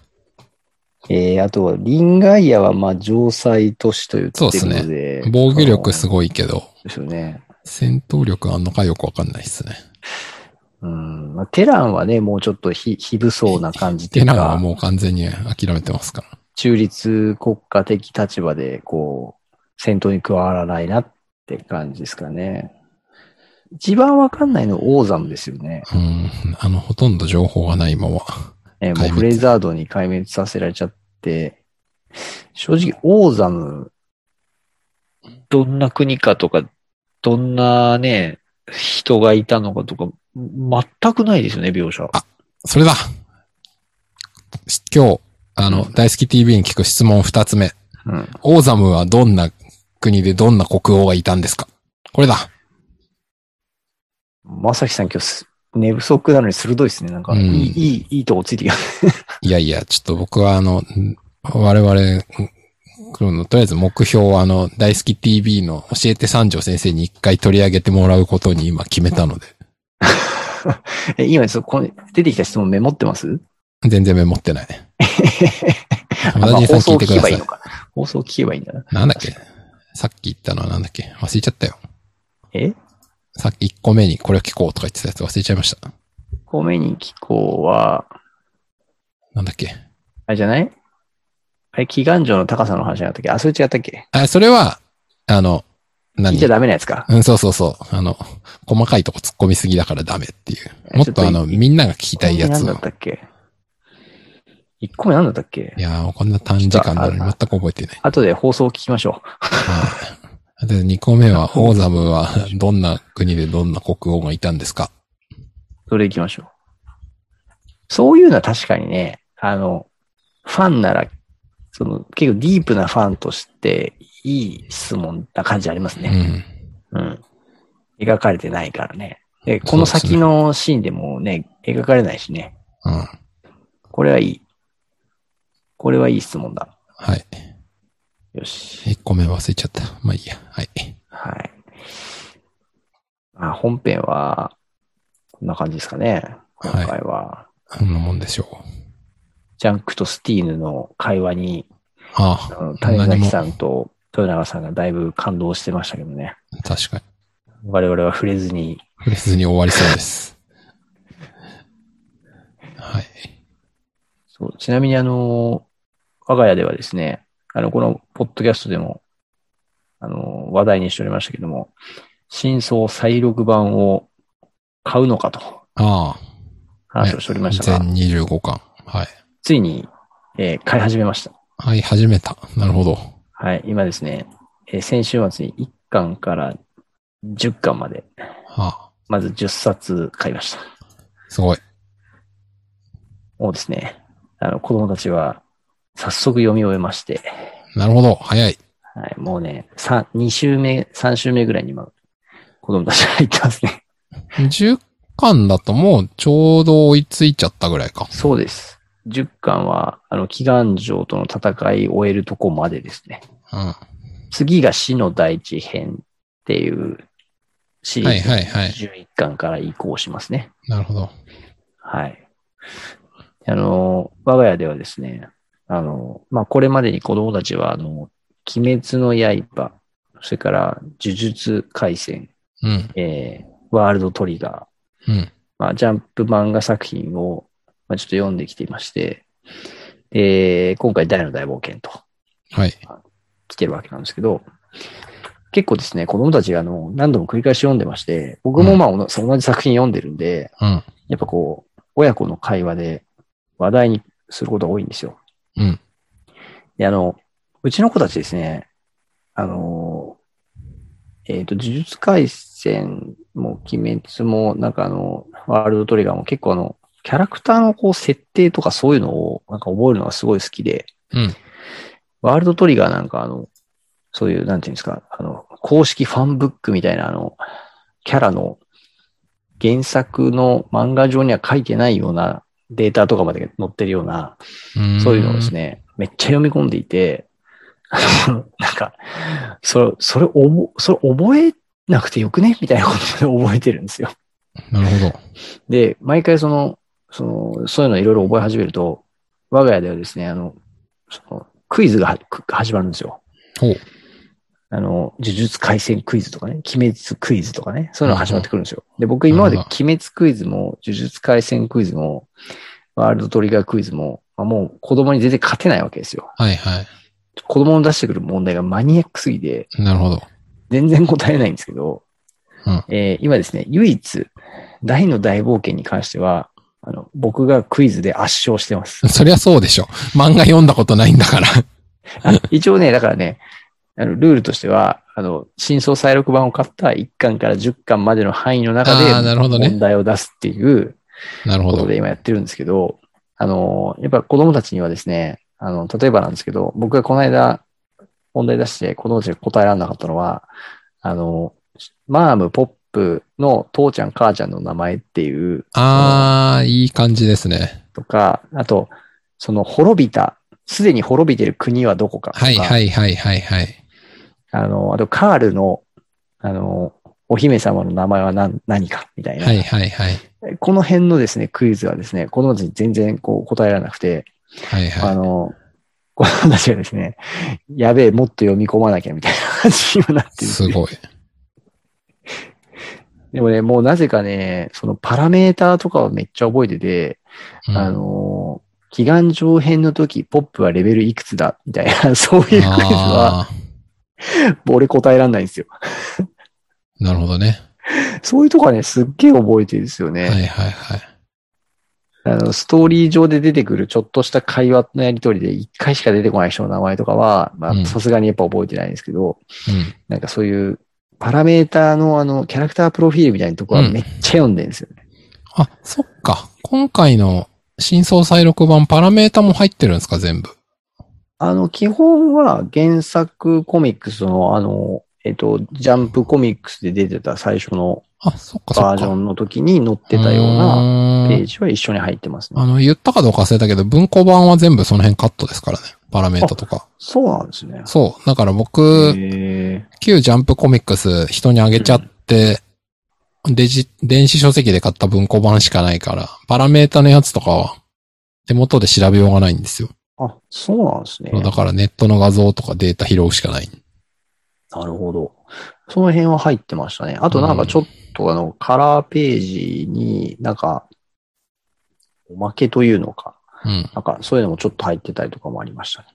えー、あとは、リンガイアは、まあ、城塞都市と言ってる
そうっ
の
す
で。
防御力す
ご
ごいけど、
い。ですよね。
戦闘力あんのかよくわかんないっすね。
うん。まあ、テランはね、もうちょっとひ、非武装な感じってい
テ
う
ランは
か、
もう完全に諦めてますから。
中立国家的立場で、こう、戦闘に加わらないなって感じですかね。一番わかんないのオーザムですよね。
うん。あの、ほとんど情報がないまま。
え
壊
ーもう
滅
ブレザードに壊滅させられちゃって、正直、オーザム、どんな国かとか、どんなね、人がいたのかとか、全くないですよね、描写。
それだし今日、あの、大好き TV に聞く質問二つ目。
うん。
オーザムはどんな国でどんな国王がいたんですかこれだ
まさきさん今日す、寝不足なのに鋭いですね。なんか、
うん
いい、いい、いいとこついてきます。
いやいや、ちょっと僕はあの、ん我々、んこのとりあえず目標はあの、大好き TV の教えて三条先生に一回取り上げてもらうことに今決めたので。
え今ちょっとこの出てきた質問メモってます
全然メモってない。
あ
マジ
まあ
さん
放
聞
送を
いてく
聞け
ださ
ばいい
い
の。か。放送を聞けばいいんだな。
なんだっけさっき言ったのはなんだっけ忘れちゃったよ。
え
さっき1個目にこれを聞こうとか言ってたやつ忘れちゃいました。
公明に気候は、
なんだっけ
あれじゃないあれ、祈願城の高さの話じゃなかったっけあ、それ違ったっけ
あ、それは、あの、
聞
何
いちゃダメなやつか。
うん、そうそうそう。あの、細かいとこ突っ込みすぎだからダメっていう。もっ
ちょっと
とあの、みんなが聞きたいや
公
つ
明
を
何だっ。たっけ一個目なんだったっけ
いやー、こんな短時間なのに全く覚えてない。
後で放送を聞きましょ
はい。で、2個目は、オーザムはどんな国でどんな国王がいたんですか
う。それ行きましょう。そういうのは確かにね、あの、ファンなら、その、結構ディープなファンとして、いい質問な感じあります
う
ね。
ん。
うん。描かれてないからね。で、この先のシーンでもね、描かれないしね。
うん。
これはいい。これはいい質問だ。
はい。
よし。
1個目忘れちゃった。まあいいや。はい。
はい。まあ、本編は、こんな感じですかね。今
はい
回は、
そんなもんでしょう。
ジャンクとスティーヌの会話に、
あ
あの
あ、
種
何
崎
も、
さんと豊永さんがだいぶ感動してましたけどね。
確かに。
我々は触れずに、
触れずに終わりそうです。はい。
そう、ちなみにあの、我が家ではですね、あの、このポッドキャストでも、あの、話題にしておりましたけども、真相再録版を買うのかと
ああ。
話をしておりましたが、
全25巻。はい。
ついに、えー買い始めました。
はい、始めた。なるほど。
はい、今ですね、えー先週末に1巻から10巻まで、
ああ、
まず10冊買いました。
すごい。
もうですね、あの、子供たちは早速読み終えまして、
なるほど。早い。
はい、もうね、三2週目、3週目ぐらいに今、子供たちが入ってますね。
10巻だともうちょうど追いついちゃったぐらいか。
そうです。10巻は、あの、祈願城との戦いを終えるとこまでですね。
うん。は
次が死の大地編っていうシ
い
リー
はい
ズ、
はい。
11巻から移行しますね。
なるほど。
はい。あの、我が家ではですね、あの、まあ、これまでに子供たちは、あの、鬼滅の刃、それから呪術廻戦、
うん。
えーワールドトリガー、
うん。
まあ、ジャンプ漫画作品を、まあ、ちょっと読んできていまして、で、今回大の大冒険と
はい。
来てるわけなんですけど、結構ですね、子供たちがあの何度も繰り返し読んでまして、僕もまあ、おな同じ作品読んでるんで、
うん。
やっぱこう、親子の会話で話題にすることが多いんですよ。
うん。
で、あの、うちの子たちですね、あの、えっ、と、呪術廻戦も鬼滅も、なんかあの、ワールドトリガーも結構あの、キャラクターのこう、設定とかそういうのをなんか覚えるのがすごい好きで、
うん。
ワールドトリガーなんかあの、そういう、なんていうんですか、あの、公式ファンブックみたいなあの、キャラの原作の漫画上には書いてないようなデータとかまで載ってるような、
ーん
そういうのをです。ね、めっちゃ読み込んでいて、 あのなんか、それ、それおぼ、それ覚えなくてよくねみたいなことで覚えてるんですよ。
なるほど。
で、毎回その、その、そういうのいろいろ覚え始めると、我が家ではですね、あの、そのクイズがはく始まるんですよ。
ほう。
あの、呪術回戦クイズとかね、鬼滅クイズとかね、そういうのが始まってくるんですよ。で、僕今まで
なる
鬼
ほ
滅クイズも、呪術回戦クイズも、ワールドトリガークイズも、まあ、もう子供に全然勝てないわけですよ。
はいは
子供の出してくる問題がマニアックすぎて、
い。なるほど。
全然答えないんですけど、
うん
えー今ですね、唯一、大の大冒険に関しては、あの、僕がクイズで圧勝して ます。
そりゃそうでしょ。漫画読んだことないんだから。
あ一応ね、だからね、あの、ルールとしては、あの、真相再録版を買った1巻から10巻までの範囲の中
あーな
で、
るほどね
問題を出すっていう
なるほ
こと
ど。
で今やってるんですけど、あの、やっぱ子供たちにはですね、あの、例えばなんですけど、僕がこの間問題出して子供たちが答えられなかったのは、あの、マーム、ポップの父ちゃん、母ちゃんの名前っていう
あー、いい感じですね。
とか、あと、その滅びた、すでに滅びてる国はどこかとか、
はいはいはいはいはい。
あの、あとカールの、あの、お姫様の名前は何何かみたいな、
はいはいはい。
この辺のですね、クイズはですね、子供たちに全然こう答えられなくて、
はい
あ
は
の、子供たちがですね、やべえ、もっと読み込まなきゃみたいな感じにもなっ
い。
てる。
すごい。
でもね、もうなぜかね、そのパラメーターとかをめっちゃ覚えてて、
うん
あの、祈願上編の時、ポップはレベルいくつだみたいな、 そういうクイズは、
あ
俺答えらんないんですよ。
ーなるほどね。
そういうとこはね、すっげえ覚えてるんですよ
は
ね。
いはいはい。
あの、ストーリー上で出てくるちょっとした会話のやりとりで一回しか出てこない人の名前とかは、
う
まあ、
ん
さすがにやっぱ覚えてないんですけど、
うん。
なんかそういうパラメーターのあの、キャラクタープロフィールみたいなとこはめっちゃ読んでるんですよね。
あ、そっか。今回の真相再録版パラメータも入ってるんですか全部。
あの、基本は原作コミックスのあの、えっと、ジャンプコミックスで出てた最初の
あ、そっかそっか。
バージョンの時に載ってたような
な
ページは一緒に入ってます
あ
ね。
の、言ったかどうか忘れたけど、文庫版は全部その辺カットですからね。パラメータとか。
そうなんですね。
そう。だから
へ
僕、
え
旧ジャンプコミックス人にあげちゃって、デジ、電子書籍で買った文庫版しかないから、パラメータのやつとかは手元で調べようがないんですよ。
あ、そうなんですね。
だからネットの画像とかデータ拾うしかない。
なるほど。その辺は入ってましたね。あとなんかちょっとあの、カラーページになんか、おまけというのか、
うん。
なんかそういうのもちょっと入ってたりとかもありましたね。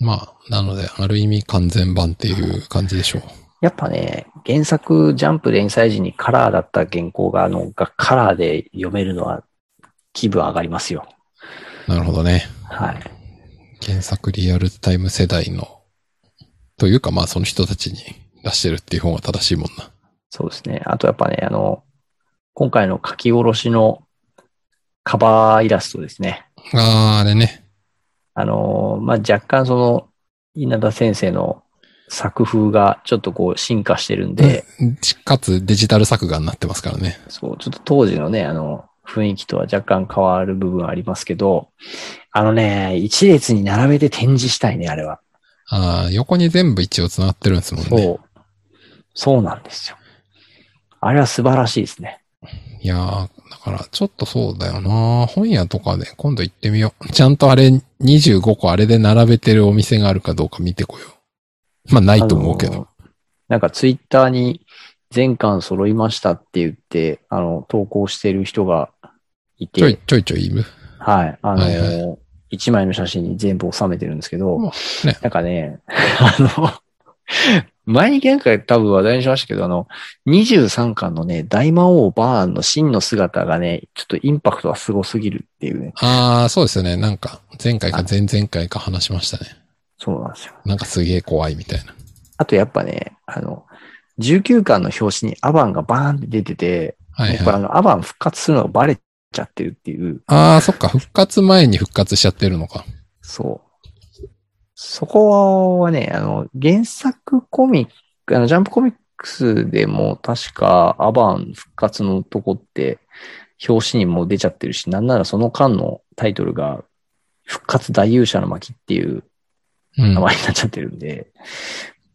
まあ、なので、ある意味完全版っていう感じでしょう。
やっぱね、原作ジャンプ連載時にカラーだった原稿があの、がカラーで読めるのは気分上がりますよ。
なるほどね。
はい。
原作リアルタイム世代の、というかまあその人たちに出してるっていう方が正しいもんな。
そうですね。あとやっぱね、あの、今回の書き下ろしのカバーイラストですね。
あー、あれね。
あのー、まあ、若干その、稲田先生の作風がちょっとこう進化してるんで、
かつデジタル作画になってますからね。
そう、ちょっと当時のね、あの、雰囲気とは若干変わる部分はありますけど、あのね、一列に並べて展示したいね、あれは。
ああ、横に全部一応繋がってるんですもんね。
そう。そうなんですよ。あれは素晴らしいですね。
いやー、だからちょっとそうだよな本屋とかで今度行ってみよう。ちゃんとあれ25個あれで並べてるお店があるかどうか見てこよう。まあないと思うけ
あ
ど
の。なんかツイッターに全巻揃いましたって言って、あの、投稿してる人がいて、
ちょいちょいちょいいる。
はい。あの
はいは
ー、一、枚の写真に全部収めてるんですけど、
まあね
なんかね、 あの、前に前回多分話題にしましたけど、あの、23巻のね、大魔王バーンの真の姿がね、ちょっとインパクトがすごすぎるっていうね。
ああ、そうですよね。なんか前回か前々回か話しましたね。
そうなんですよ。
なんかすげえ怖いみたいな。
あとやっぱね、あの、19巻の表紙にアバンがバーンって出てて、
はい
やっぱ
は
あ
い。
の、アバン復活するのがバレちゃってるっていう、
ああ、そっか。復活前に復活しちゃってるのか。
そう。そこはね、あの、原作コミック、あの、ジャンプコミックスでも確かアバン復活のとこって、表紙にも出ちゃってるし、なんならその間のタイトルが、復活大勇者の巻っていう
うん。
名前になっちゃってるんで、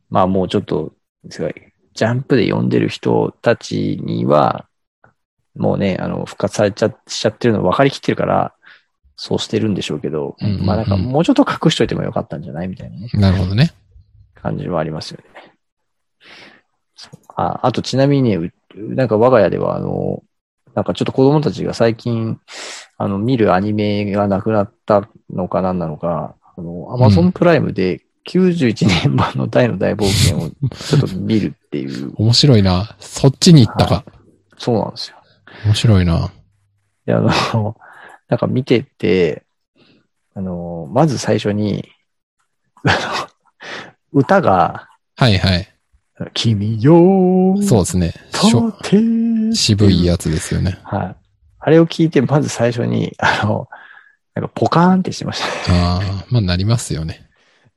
まあもうちょっと、すごい、ジャンプで読んでる人たちには、もうね、あの、復活されちゃしちゃってるの分かりきってるから、そうしてるんでしょうけど、
うんうんうん
まあなんかもうちょっと隠しといてもよかったんじゃないみたいなね、
なるほどね。
感じはありますよね。そうああとちなみにね、うなんか我が家ではあの、なんかちょっと子供たちが最近、あの、見るアニメがなくなったのかなんなのか、あの、アマゾンプライムで91年版の大の大冒険を ちょっと見るっていう、
面白いな。そっちに行ったか。
そうなんですよ。
面白いな。
で、あの、なんか見てて、あの、まず最初に、あの、歌が、
はいはい。
君よ
そうですね。しょ
立て
渋いやつですよね。
はい。あれを聞いて、まず最初に、 あの、なんかポカーンってしてました ね。
ああ、まあなりますよね。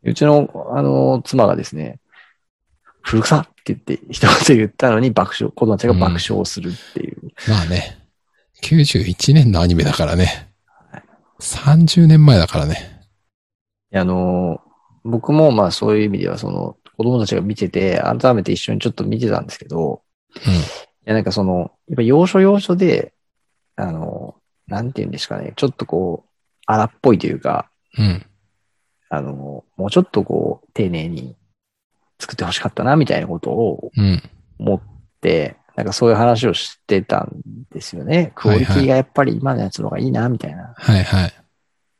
うちの、あの、妻がですね、古臭って言って、一言言ったのに爆笑、子供たちが爆笑するっていう。
まあね。91年のアニメだからね。30年前だからね。
あの、僕もまあそういう意味では、その、子供たちが見てて、改めて一緒にちょっと見てたんですけど、いや、なんかその、やっぱ要所要所で、あの、なんて言うんですかね、ちょっとこう、荒っぽいというか、
うん。
あの、もうちょっとこう、丁寧に作ってほしかったな、みたいなことを
うん。
思って、なんかそういう話をしてたんですよね。クオリティがやっぱり今のやつの方がいいな、みたいな。
はいはい。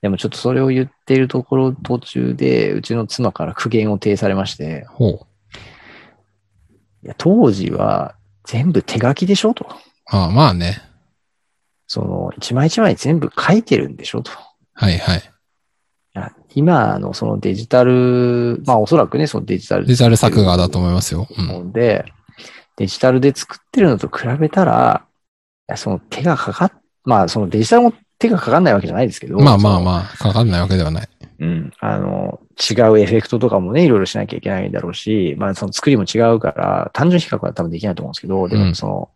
でもちょっとそれを言っているところ途中で、うちの妻から苦言を呈されまして、
ほう。
いや当時は全部手書きでしょと。
ああ、まあね。
その、一枚一枚全部書いてるんでしょと。
はいはい。
いや今のそのデジタル、まあおそらくね、そのデジタル。
デジタル作画だと思いますよ。う
思
ん。
うんで、デジタルで作ってるのと比べたら、いやその手がかかっ、まあそのデジタルも手がかかんないわけじゃないですけど。
まあまあまあ、かかんないわけではない。
うん。あの、違うエフェクトとかもね、いろいろしなきゃいけないだろうし、まあその作りも違うから、単純比較は多分できないと思うんですけど、で
う
も
ん
その、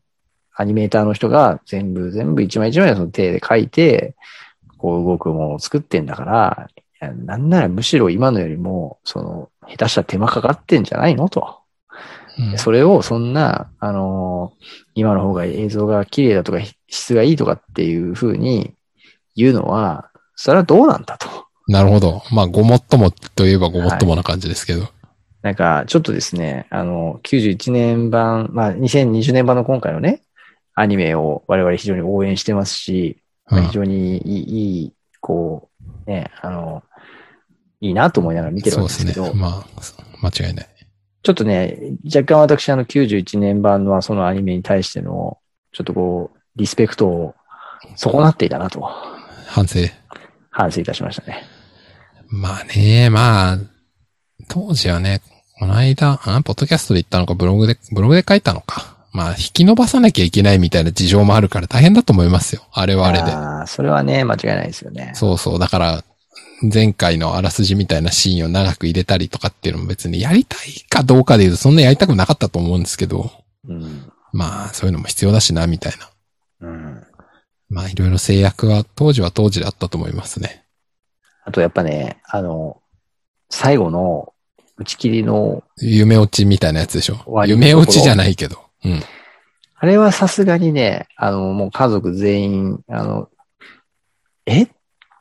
アニメーターの人が全部、全部一枚一枚その手で書いて、こう動くものを作ってんだから、いやなんならむしろ今のよりも、その、下手したら手間かかってんじゃないのと。
うん。
それをそんな、あのー今の方が映像が綺麗だとかひ質がいいとかっていう風に言うのは、それはどうなんだと。
なるほど。まあ、ごもっともといえばごもっともな感じですけど。
なんか、ちょっとですね、あの、91年版、まあ、2020年版の今回のね、アニメを我々非常に応援してますし、まあ
うん
非常にいい、いいこう、ね、あの、いいなと思いながら見てる
そ
わ
う
け
です
ですけ
ね
ど、。
まあ、間違いない。
ちょっとね、若干私、あの、91年版のそのアニメに対しての、ちょっとこう、リスペクトを損なっていたなと、
反省。
反省いたしましたね。
まあね、まあ、当時はね、この間、あポッドキャストで言ったのか、ブログで、ブログで書いたのか。まあ、引き伸ばさなきゃいけないみたいな事情もあるから大変だと思いますよ。あれはあれで。
あーそれはね、間違いないですよね。
そうそう。だから、前回のあらすじみたいなシーンを長く入れたりとかっていうのも別にやりたいかどうかで言うとそんなやりたくなかったと思うんですけど、
うん。
まあそういうのも必要だしな、みたいな。
うん。
まあいろいろ制約は当時は当時であったと思いますね。
あとやっぱね、あの、最後の打ち切りの、
夢落ちみたいなやつでし
終わ
ょ。
りのところ
夢落ちじゃないけど。うん。
あれはさすがにね、あの、もう家族全員、あの、え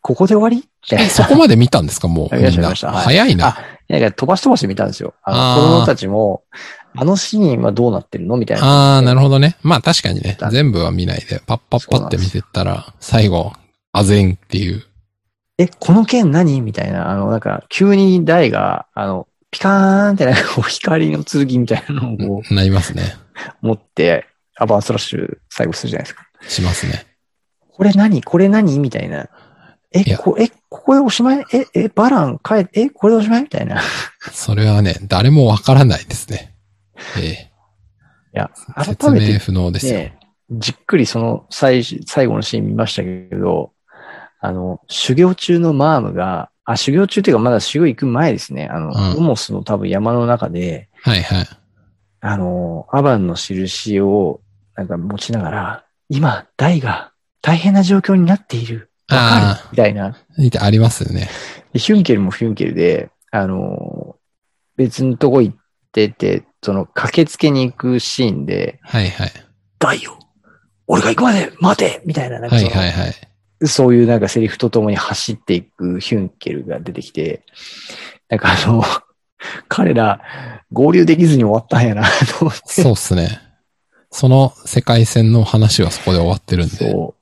ここで終わりって。
え、そこまで見たんですか もう。
いら
み
っし
ん
ゃい
な。
ましたはい
早いな。
あいやいや、飛ばし飛ばし見たんですよ。あ
あ
の
ー
子供たちも、あのシーンはどうなってるのみたいな。
ああ、なるほどね。まあ確かにね
だ。
全部は見ないで、パッパッパって見てったら、最後、あぜんっていう。
え、この剣何みたいな。あの、なんか、急に台が、あの、ピカーンってなんかこう、光の剣みたいなのをこ
なりますね。
う持って、アバンスラッシュ最後するじゃないですか。
しますね。
これ何これ何みたいな。
い
え、
や
こ、え、ここでおしまいえ、え、バラン帰って、え、これでおしまいみたいな。い
それはね、誰もわからないですね。え
や、
え
改
説
め
明
て
不能ですよ。
ね、じっくりその最終最後のシーン見ましたけど、あの、修行中のマームが、あ、修行中っていうかまだ修行行く前ですね。あの、
うん
ロモスの多分山の中で、
はいはい。
あの、アバンの印をなんか持ちながら、今、ダイが大変な状況になっている。わか
あ
るみたいな。
見てありますよね。
でヒュンケルもヒュンケルで、あの、別のとこ行ってて、その駆けつけに行くシーンで、
はいはい。
ダイよ俺が行くまで待てみたいな、なんか
は
そ
い
の
はいはい。
そういうなんかセリフとともに走っていくヒュンケルが出てきて、なんかあの、彼ら合流できずに終わったんやな、と思って。
そうっすね。その世界線の話はそこで終わってるんで。
そう。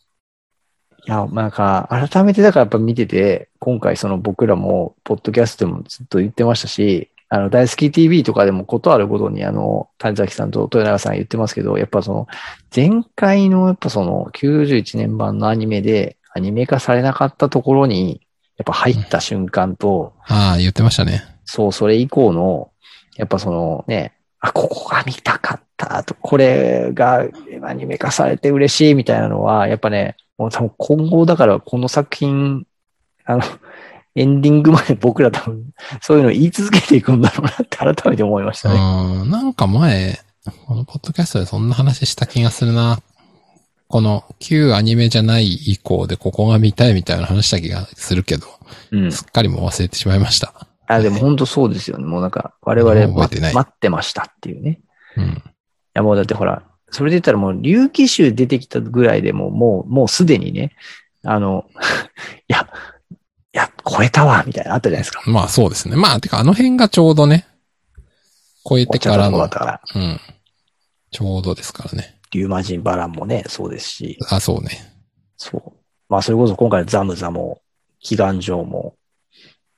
いや、なんか、改めてだからやっぱ見てて、今回その僕らも、ポッドキャストでもずっと言ってましたし、あの、大好き TV とかでもことあるごとに、あの、谷崎さんと豊永さんが言ってますけど、やっぱその、前回のやっぱその、91年版のアニメで、アニメ化されなかったところに、やっぱ入った瞬間と、
ああ、言ってましたね。
そう、それ以降の、やっぱそのね、あ、ここが見たかったと、これがアニメ化されて嬉しいみたいなのは、やっぱね、もう多分今後だからこの作品、あの、エンディングまで 僕ら多分、そういうのを言い続けていくんだろうなって改めて思いましたね。
うん、なんか前、このポッドキャストでそんな話した気がするな。この旧アニメじゃない以降でここが見たいみたいな話した気がするけど、
うん。
すっかりもう忘れてしまいました。
あ、でも本当そうですよね。もうなんか、我々
もう覚えてない
ま待ってましたっていうね。
うん。
や、もうだってほら、それで言ったらもう、竜騎衆出てきたぐらいでもう、もう、もうすでにね、あの、 いや、いや、超えたわ、みたいなのあったじゃないですか。
まあそうですね。まあ、てかあの辺がちょうどね、超えてから
終
の
わっちゃったとこだから、
うん。ちょうどですからね。
竜魔人バランもね、そうですし、
あ、そうね。
そう。まあ、それこそ今回ザムザも、祈願城も、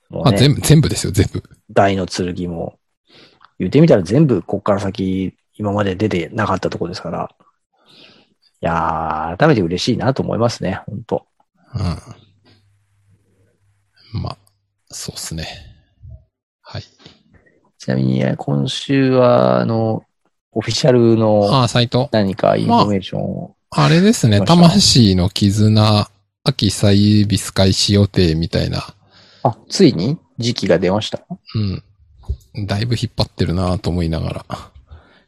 も
あ、全部、全部ですよ、全部。
大の剣も、言ってみたら全部こっから先今まで出てなかったところですから、いやー、改めて嬉しいなと思いますね、本当
うん。まあ、そうっすね。はい。
ちなみに、えー今週は、あの、オフィシャルの
あ、サイト。
何かインフォメーションを、
あれですね、
来ました
魂の絆、秋サイビス開始予定みたいな。
あ、ついに時期が出ました。
うん。だいぶ引っ張ってるなと思いながら。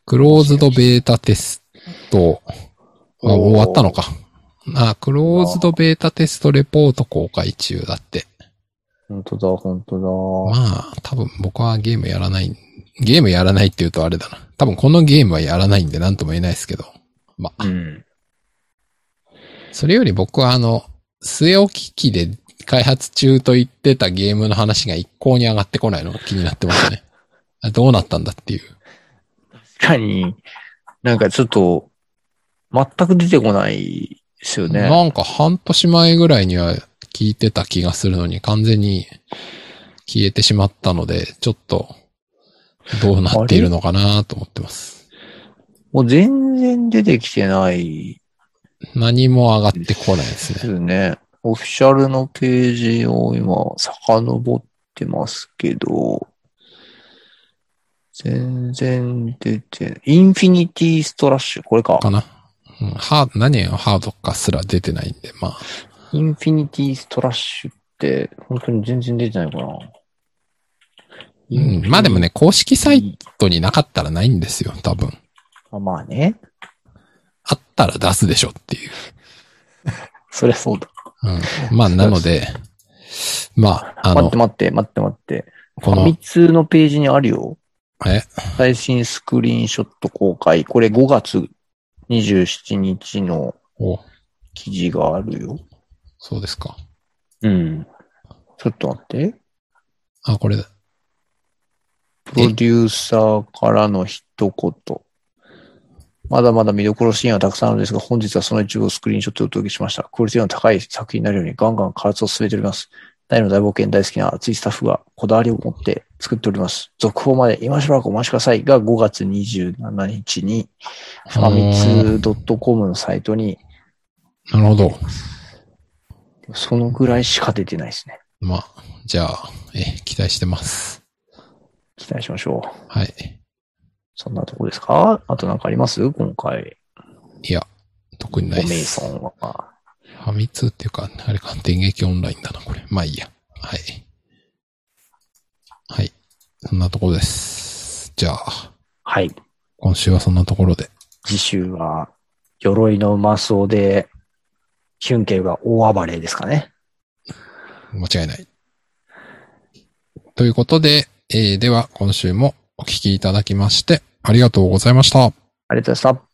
クローズドベータテストは
おー
終わったのか。あ、クローズドベータテストレポート公開中だって。
本当だ、本当だ。
まあ、多分僕はゲームやらない、ゲームやらないって言うとあれだな。多分このゲームはやらないんで何とも言えないですけど。まあ
う、ん。
それより僕はあの、末置き機で開発中と言ってたゲームの話が一向に上がってこないのが気になってますね。あどうなったんだっていう。
確かに、なんかちょっと、全く出てこないですよね。
なんか半年前ぐらいには聞いてた気がするのに完全に消えてしまったので、ちょっとどうなっているのかなと思ってます。
もう全然出てきてない
何も上がってこないです
で
ね。
すね。オフィシャルのページを今、遡ってますけど、全然出て、インフィニティストラッシュ、これか。
かな。うん、ハード、何がハードかすら出てないんで、まあ。
インフィニティストラッシュって、本当に全然出てないかな。
うん、まあでも
ね。
ね、公式サイトになかったらないんですよ、多分。
あまあね。
あったら出すでしょっていう。
そりゃそうだ。
うん、まあなので、まあ、あ
待っ
の
て、待って、待って待って。
こ
ファ
の
ミ、通のページにあるよ。
え、
最新スクリーンショット公開。これ5月27日の
お、
記事があるよ。
そうですか。
うん。ちょっと待って。
あ、これだ。
プロデューサーからの一言。まだまだ見どころシーンはたくさんあるんですが、本日はその一部をスクリーンショットでお届けしました。クオリティの高い作品になるようにガンガン開発を進めております。大の大冒険大好きな熱いスタッフがこだわりを持って作っております。続報まで今しばらくお待ちくださいが5月27日にファミツー .com のサイトに
なるほど。
そのぐらいしか出てないですね。
まあ、じゃあ、え、期待してます。
期待しましょう。
はい。
そんなとこですかあとなんかあります今回。
いや、特に
ご
ない
メ
で
イ
す。
ソ
フ
ンは。
ァミ通っていうか、あれか、電撃オンラインだな、これ。まあいいや。はい。はい。そんなところです。じゃあ、
はい。
今週はそんなところで。
次週は、鎧の魔装で、ヒュンケルが大暴れですかね。
間違いない。ということで、えーでは今週もお聞きいただきまして、ありがとうございました。
ありがとうございました。